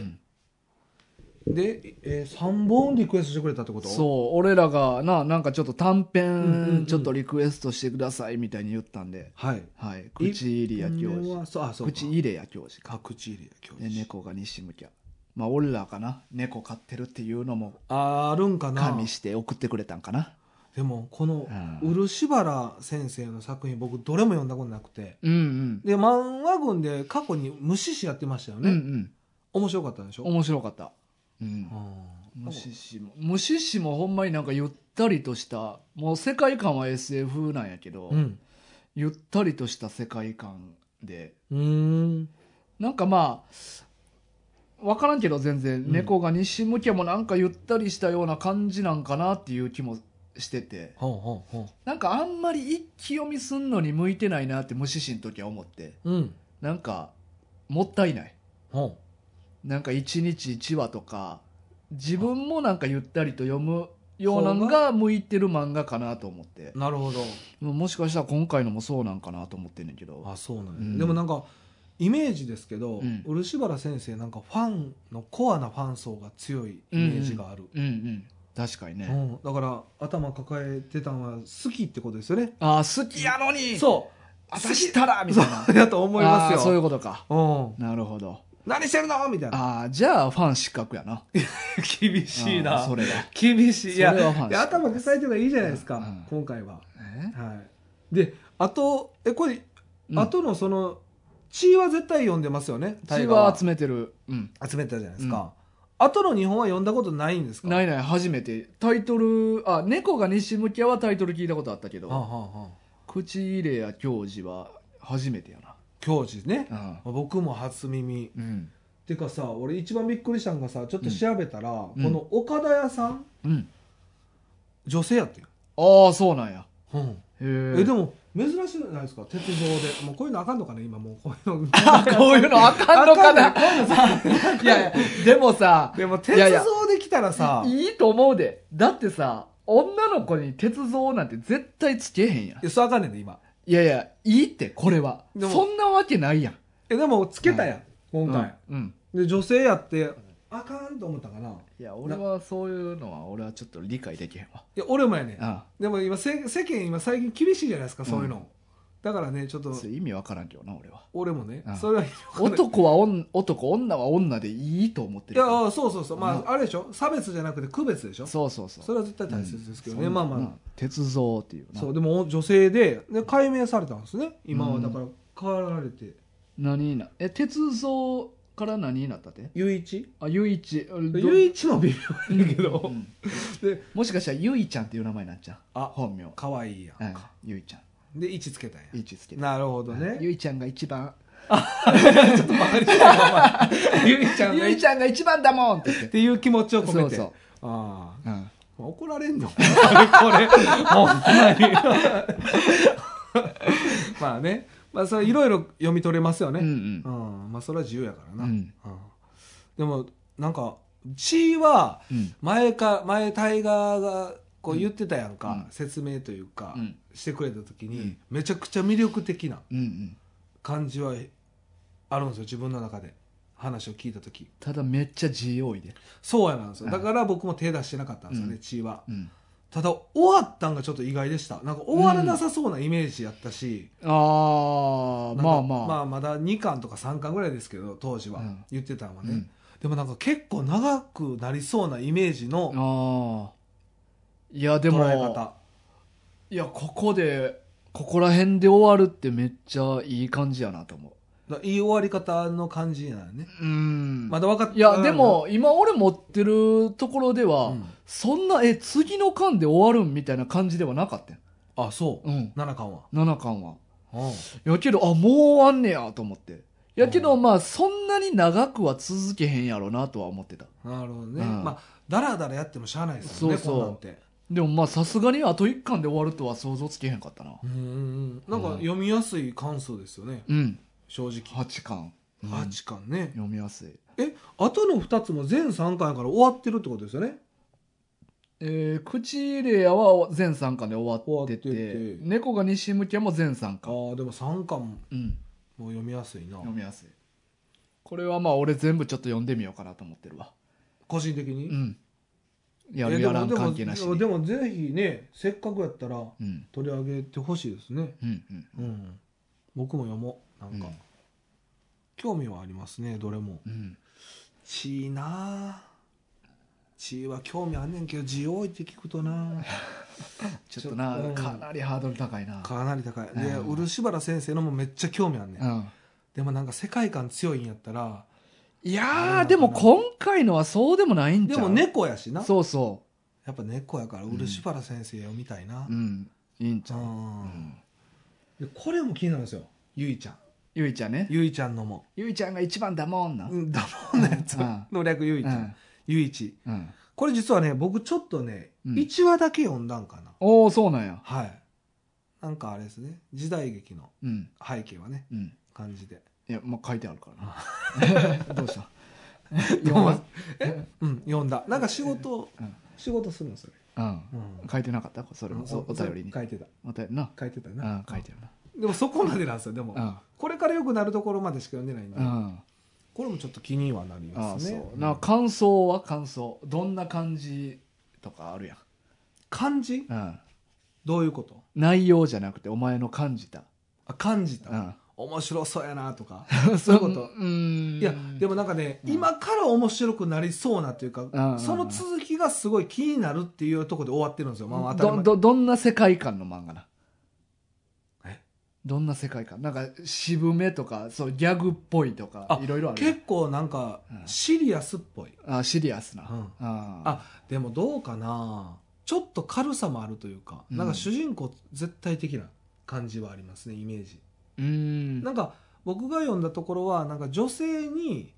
Speaker 2: え。で、え3本リクエストしてくれたってこと
Speaker 1: そう俺らがななんかちょっと短
Speaker 2: うんうんうん
Speaker 1: 編ちょっとリクエストしてくださいみたいに言ったんで、
Speaker 2: はい。
Speaker 1: はい、口入れや教
Speaker 2: 一本目
Speaker 1: 授
Speaker 2: はそう、あ、そうか。
Speaker 1: 口入れや教授か
Speaker 2: あ口入れや、教
Speaker 1: で
Speaker 2: 授。
Speaker 1: 猫が西向きゃまあ俺らかな猫飼ってるっていうのも
Speaker 2: あーあるんかな。
Speaker 1: 加味して送ってくれたんかな
Speaker 2: でもこの
Speaker 1: うん
Speaker 2: 漆原先生の作品僕どれも読んだことなくて
Speaker 1: うんうん。
Speaker 2: で漫画群で過去に虫師やってましたよ
Speaker 1: うんう
Speaker 2: ね、
Speaker 1: ん。
Speaker 2: 面白かったでしょ、
Speaker 1: 面白かった。うん。
Speaker 2: うん
Speaker 1: 無視しも、無視しもほんまになんかゆったりとした、もう世界観は SF なんやけど、
Speaker 2: うん
Speaker 1: ゆったりとした世界観で、
Speaker 2: うーん
Speaker 1: なんかまあ、わからんけど全然、
Speaker 2: うん
Speaker 1: 猫が西向けもなんかゆったりしたような感じなんかなっていう気もしてて、
Speaker 2: ほうほうほ
Speaker 1: なんかあんまり一気読みすんのに向いてないなって無視しん時は思って、
Speaker 2: ううん
Speaker 1: なんか、もったいない。
Speaker 2: ほ
Speaker 1: なんか一日一話とか、自分もなんかゆったりと読むようなのが向いてる漫画かなと思って
Speaker 2: う。なるほど
Speaker 1: もうもしかしたら今回のもそうなんかなと思ってんねんけど。
Speaker 2: あそうなんや、
Speaker 1: うん
Speaker 2: でもなんかイメージですけど、
Speaker 1: うん
Speaker 2: 漆原先生なんかファンのコアなファン層が強いイメージがある、
Speaker 1: うんうん。確かにね。
Speaker 2: うんだから頭抱えてたのは好きってことですよね
Speaker 1: ああ、好きやのに
Speaker 2: そう
Speaker 1: 私したらみたいな。
Speaker 2: うだと思います
Speaker 1: あ
Speaker 2: よ
Speaker 1: ーそういうことか。
Speaker 2: うん
Speaker 1: なるほど。
Speaker 2: 何してるのみたいな
Speaker 1: ああ、じゃあファン失格やな。
Speaker 3: 厳しい
Speaker 1: あー
Speaker 3: な
Speaker 1: それは。
Speaker 3: 厳しいいや
Speaker 1: それはファン
Speaker 2: で頭抱えてるのがいいじゃないですか、
Speaker 1: うん
Speaker 2: 今回は、
Speaker 1: え
Speaker 2: はい、であとえこれ、
Speaker 1: うん
Speaker 2: あとのその血は絶対読んでますよね
Speaker 1: 血
Speaker 2: 大河
Speaker 1: は
Speaker 2: は
Speaker 1: 集めてる。うん。
Speaker 2: 集めてたじゃないですか、あとの日本は読んだことないんですか
Speaker 1: ないいない、初めて。タイトル、あ、猫が西向きはタイトル聞いたことあったけど。
Speaker 2: はあ、はあはあ、
Speaker 1: 口入れや教授は初めてや
Speaker 2: 教授ね、
Speaker 1: な
Speaker 2: 僕も初耳
Speaker 1: うん
Speaker 2: てかさ俺一番びっくりしたのがさちょっと調べたら、
Speaker 1: うん
Speaker 2: この岡田屋さん
Speaker 1: うん
Speaker 2: 女性やってん、
Speaker 1: ああそうなんや
Speaker 2: うん、
Speaker 1: へえ
Speaker 2: えでも珍しいじゃないですか鉄道でもうこういうのあかんのかな今もうこういうの
Speaker 1: あ こういう のあかんのかないやいやでもさ
Speaker 2: でも鉄
Speaker 1: いやいや
Speaker 2: 道で来たらさ
Speaker 1: いいと思うでだってさ女の子に鉄像なんて絶対つけへんやん
Speaker 2: いやそうあかんねんで今
Speaker 1: いやいやいいってこれは
Speaker 2: でも
Speaker 1: そんなわけないやん
Speaker 2: えでもつけたやん、今回、
Speaker 1: うんうん
Speaker 2: で女性やってあかんと思ったかない
Speaker 1: いや俺はそういうのは俺はちょっと理解できへんわ
Speaker 2: や俺もやねん
Speaker 1: あ
Speaker 2: でも今せ世間今最近厳しいじゃないですかそういうの、だからねちょっと
Speaker 1: あそれ意味わからんけどな俺は
Speaker 2: 俺もね
Speaker 1: うん
Speaker 2: それは
Speaker 1: 男は女男女は女でいいと思って
Speaker 2: い
Speaker 1: る
Speaker 2: や
Speaker 1: から
Speaker 2: そうそうそうまああれでしょ差別じゃなくて区別でしょ
Speaker 1: そうそうそう
Speaker 2: それは絶対大切ですけどね、
Speaker 1: うん
Speaker 2: まあまあ、
Speaker 1: うん鉄造っていうな
Speaker 2: そうでも女性でで解明されたんですね今はだから変わられて
Speaker 1: 何になえ鉄造から何になったって
Speaker 2: ゆいち
Speaker 1: あゆいち
Speaker 2: ゆいちも微妙やけど、
Speaker 1: うん
Speaker 2: で
Speaker 1: もしかしたらゆいちゃんっていう名前になっちゃう
Speaker 2: あ
Speaker 1: 本名
Speaker 2: かわいいやん
Speaker 1: うん
Speaker 2: か、
Speaker 1: ゆいちゃ
Speaker 2: で位置つけたんや
Speaker 1: んいちつけて
Speaker 2: なるほどね
Speaker 1: ゆいちゃんが一番
Speaker 2: ちょっとバカにしてたなお前ゆいちゃんが
Speaker 1: ゆ
Speaker 2: い
Speaker 1: い
Speaker 2: っ
Speaker 1: ちゃんが一番だもんって言って
Speaker 2: ていう気持ちを込
Speaker 1: そ
Speaker 2: め
Speaker 1: う
Speaker 2: て
Speaker 1: そう
Speaker 2: ああ
Speaker 1: うん
Speaker 2: 怒られんのこれほんまに まあねまあそれいろいろ読み取れますよ
Speaker 1: う
Speaker 2: ね、
Speaker 1: ん
Speaker 2: うん、まあそれは自由やから
Speaker 1: うんう
Speaker 2: な、
Speaker 1: ん
Speaker 2: うんでもなんか血は
Speaker 1: うん
Speaker 2: 前か前タイガーがこう言ってたやんか、
Speaker 1: うん
Speaker 2: 説明というか、
Speaker 1: うん
Speaker 2: してくれた時に、
Speaker 1: うん
Speaker 2: めちゃくちゃ魅力的な
Speaker 1: うんうん
Speaker 2: 感じはあるんですよ自分の中で話を聞いた時
Speaker 1: ただめっちゃ G 多いで
Speaker 2: そうやなんですよ
Speaker 1: うん
Speaker 2: だから僕も手出してなかったんですよね、
Speaker 1: うん
Speaker 2: 血は
Speaker 1: うん
Speaker 2: ただ終わったんがちょっと意外でしたなんか終わらなさそうなイメージやったし、
Speaker 1: ああ
Speaker 2: なん
Speaker 1: ま
Speaker 2: か
Speaker 1: あまあ
Speaker 2: まあまだ2巻とか3巻ぐらいですけど当時は、
Speaker 1: うん
Speaker 2: 言ってたんはね、
Speaker 1: うん
Speaker 2: でもなんか結構長くなりそうなイメージの
Speaker 1: ああいやで
Speaker 2: 捉
Speaker 1: も
Speaker 2: え方
Speaker 1: いやここでここら辺で終わるってめっちゃいい感じやなと思
Speaker 2: だいい終わり方の感じなのね、
Speaker 1: ううん
Speaker 2: まだ分かっ
Speaker 1: いやでも今俺持ってるところで
Speaker 2: う
Speaker 1: は、
Speaker 2: ん
Speaker 1: そんなえ次の巻で終わるんみたいな感じではなかったよ、
Speaker 2: あそう、
Speaker 1: うん、
Speaker 2: 七巻は
Speaker 1: 7巻は
Speaker 2: うん
Speaker 1: やけどあもう終わんねやと思ってやけど、まあそんなに長くは続けへんやろなとは思ってた
Speaker 2: なるほどね、
Speaker 1: うん
Speaker 2: まあだらだらやってもしゃあないですよね
Speaker 1: そうそう
Speaker 2: こんなんて
Speaker 1: でもまあさすがにあと1巻で終わるとは想像つけへんかったな
Speaker 2: うんうんうんなんか読みやすい感想ですよね
Speaker 1: うん
Speaker 2: 正直、
Speaker 1: 8巻、うん
Speaker 2: 八8巻ね、
Speaker 1: 読みやすい
Speaker 2: えあとの2つも全3巻から終わってるってことですよね
Speaker 1: えー、口入れ屋は全3巻で終わってて
Speaker 2: 終わってて
Speaker 1: 猫が西向けも全3
Speaker 2: あ
Speaker 1: 巻、
Speaker 2: あでも3巻
Speaker 1: うん、
Speaker 2: も読みやすいな
Speaker 1: 読みやすいこれはまあ俺全部ちょっと読んでみようかなと思ってるわ
Speaker 2: 個人的に、
Speaker 1: う
Speaker 2: い
Speaker 1: んや
Speaker 2: や
Speaker 1: る
Speaker 2: で
Speaker 1: や
Speaker 2: も
Speaker 1: らん関係なし
Speaker 2: でも
Speaker 1: に
Speaker 2: でもぜひねせっかくやったら
Speaker 1: うん
Speaker 2: 取り上げてほしいですね
Speaker 1: うんうん
Speaker 2: うん僕も読もうなんか、
Speaker 1: うん
Speaker 2: 興味はありますねどれも
Speaker 1: うん
Speaker 2: ちいなあ地は興味あんねんけど地多いって聞くとな
Speaker 1: ちょっとな、
Speaker 2: うん
Speaker 1: かなりハードル高いな。
Speaker 2: かなり高いで
Speaker 1: うん
Speaker 2: 漆原先生のもめっちゃ興味あんねん、
Speaker 1: うん。
Speaker 2: でもなんか世界観強いんやったら
Speaker 1: い
Speaker 2: あ
Speaker 1: や
Speaker 2: れなのかな
Speaker 1: ー、でも今回のはそうでもないんじ
Speaker 2: で
Speaker 1: ゃ
Speaker 2: も
Speaker 1: う
Speaker 2: 猫やしな
Speaker 1: そうそ
Speaker 2: やっぱ猫やから
Speaker 1: ん
Speaker 2: 漆原先生読みたいな
Speaker 1: う。う、ん。いいんち
Speaker 2: う
Speaker 1: ゃう。
Speaker 2: ん
Speaker 1: うん
Speaker 2: でこれも気になるんですよゆいちゃん
Speaker 1: ゆいちゃんね。
Speaker 2: ゆいちゃんのも
Speaker 1: ゆいちゃんが一番だもんな。
Speaker 2: うんだもんのやつ
Speaker 1: うん
Speaker 2: の略ゆいちゃん、
Speaker 1: うん
Speaker 2: ゆいち
Speaker 1: うん。
Speaker 2: これ実はね僕ちょっとね、
Speaker 1: うん
Speaker 2: 一1話だけ読んだんかな
Speaker 1: おおそうなんや。
Speaker 2: はいなんかあれですね時代劇の
Speaker 1: うん。
Speaker 2: 背景はね
Speaker 1: うん。
Speaker 2: 感じで
Speaker 1: いや、まあ、書いてあるからな。どうした 読まん
Speaker 2: うん読んだなんか仕事を、
Speaker 1: うん
Speaker 2: 仕事するんですよ、
Speaker 1: うん。
Speaker 2: うん
Speaker 1: 書いてなかったそれも、
Speaker 2: そ
Speaker 1: おお便りに。
Speaker 2: 書いてた
Speaker 1: お便りな。
Speaker 2: 書いてた
Speaker 1: う
Speaker 2: な、
Speaker 1: ん、書いてる
Speaker 2: でもそこまでなんですよでも、
Speaker 1: な。
Speaker 2: これから良くなるところまでしか読んでないんで、
Speaker 1: うん。うん。
Speaker 2: これもちょっと気にはなり
Speaker 1: ああ、
Speaker 2: ますね
Speaker 1: そう。な、感想は感想。どんな感じとかあるやん。
Speaker 2: 感じ
Speaker 1: うん。
Speaker 2: どういうこと
Speaker 1: 内容じゃなくて、お前の感じた。
Speaker 2: あ感じた、
Speaker 1: うん。
Speaker 2: 面白そうやなとか
Speaker 1: そういう
Speaker 2: こ
Speaker 1: ことと。うん
Speaker 2: いやでもなんかね、
Speaker 1: うん
Speaker 2: 今から面白くなりそうなというか、
Speaker 1: うん
Speaker 2: その続きがすごい気になるっていうところで終わってるんですよ、まあまあ、当たり
Speaker 1: ど
Speaker 2: 前
Speaker 1: どどんな世界観の漫画な
Speaker 2: え
Speaker 1: どんな世界観なんか渋めとかそうギャグっぽいとか
Speaker 2: あ
Speaker 1: いろいろある
Speaker 2: 結構なんか
Speaker 1: うん
Speaker 2: シリアスっぽい、
Speaker 1: あシリアスな、
Speaker 2: うん
Speaker 1: あ
Speaker 2: でもどうかなちょっと軽さもあるというか、
Speaker 1: うん
Speaker 2: なんか主人公絶対的な感じはありますねイメージ
Speaker 1: ーうん
Speaker 2: なんか僕が読んだところはなんか女性に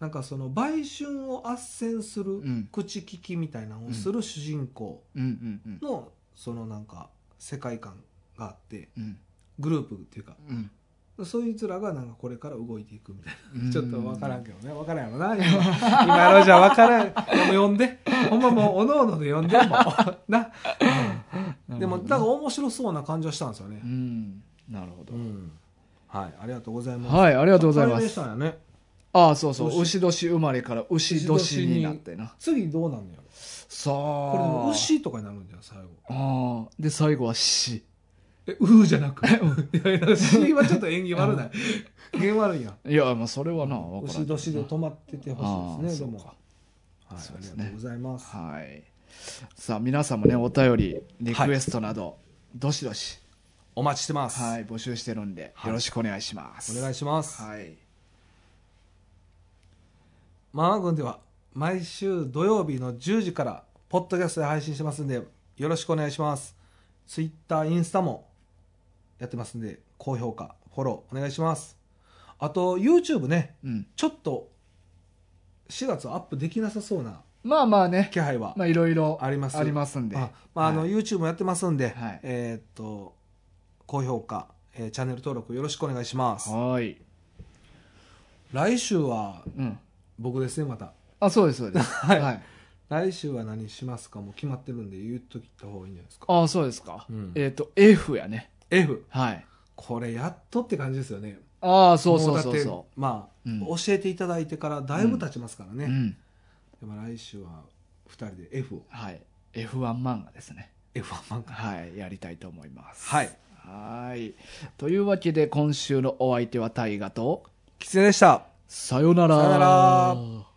Speaker 2: なんかその売春を斡旋す
Speaker 1: う
Speaker 2: る
Speaker 1: ん
Speaker 2: 口利きみたいなのをする主人公
Speaker 1: うんうんうん
Speaker 2: のそのなんか世界観があって
Speaker 1: うん
Speaker 2: グループっていうか
Speaker 1: うん
Speaker 2: そういうつらがなんかこれから動いていくみたい
Speaker 1: うん
Speaker 2: なちょっとわからんけどねわからんやろな今今のじゃわからんでも読んでほんまもうおのおので読んで もうな、うんでも
Speaker 1: なるほどね
Speaker 2: だから面白そうな感じはしたんですよね
Speaker 1: う、んなるほど、
Speaker 2: うんはいありがとうございます、
Speaker 1: はいあり
Speaker 2: あ
Speaker 1: がとうございま
Speaker 2: ですしたんやね
Speaker 1: あそうそう
Speaker 2: 牛
Speaker 1: 牛年生まれから牛年になってな
Speaker 2: 次どうなんのやろ
Speaker 1: さあ
Speaker 2: これでも牛とかになるんじゃん最後
Speaker 1: ああで最後は死
Speaker 2: えうーじゃなくいやいや C はちょっと縁起悪ない縁悪いやん
Speaker 1: いやまあそれはなわから
Speaker 2: 牛
Speaker 1: んけどな
Speaker 2: 年で止まっててほしいですね
Speaker 1: あー
Speaker 2: でも
Speaker 1: そうか
Speaker 2: はい、
Speaker 1: そうです
Speaker 2: あ
Speaker 1: ね
Speaker 2: りがとうございます、
Speaker 1: はい。さあ、皆さんもね、お便り、リクエストなど、どしどし、
Speaker 2: お待ちしてます、
Speaker 1: はい、募集してるんで、
Speaker 2: はい
Speaker 1: よろしくお願いします。
Speaker 2: お願いします、
Speaker 1: はい。
Speaker 2: ママ軍では毎週土曜日の10時からポッドキャストで配信してますんでよろしくお願いしますツイッターインスタもやってますんで高評価フォローお願いしますあと YouTube ね
Speaker 1: うん。
Speaker 2: ちょっと4月アップできなさそうな
Speaker 1: まあまあね、
Speaker 2: 気配は
Speaker 1: まあいろいろ
Speaker 2: あります
Speaker 1: ありますんで。
Speaker 2: あまあ、あの
Speaker 1: はい
Speaker 2: YouTube もやってますんで、
Speaker 1: はい
Speaker 2: えーっと高評価、えーチャンネル登録よろしくお願いします
Speaker 1: はい。
Speaker 2: 来週は
Speaker 1: うん。
Speaker 2: 僕ですね また
Speaker 1: あ、そうです、そう です。はい。はい、
Speaker 2: 来週は何しますかもう決まってるんで言っときた方がいいんじゃないですか
Speaker 1: あ、そうですか。
Speaker 2: うん
Speaker 1: えっ、と、F やね。
Speaker 2: F
Speaker 1: はい。
Speaker 2: これやっとって感じですよね
Speaker 1: ああ、そうそうそう
Speaker 2: もだっ
Speaker 1: そ
Speaker 2: てまあ、
Speaker 1: うん
Speaker 2: 教えていただいてからだいぶ経ちますから
Speaker 1: う。
Speaker 2: ね、
Speaker 1: うん。
Speaker 2: でも来週は2人で F を
Speaker 1: はい。F1 漫画ですね。
Speaker 2: F1 漫画
Speaker 1: はい。やりたいと思います。
Speaker 2: はい。
Speaker 1: はい。というわけで、今週のお相手は大河と、
Speaker 2: きつねでした
Speaker 1: さよなら。
Speaker 2: さよなら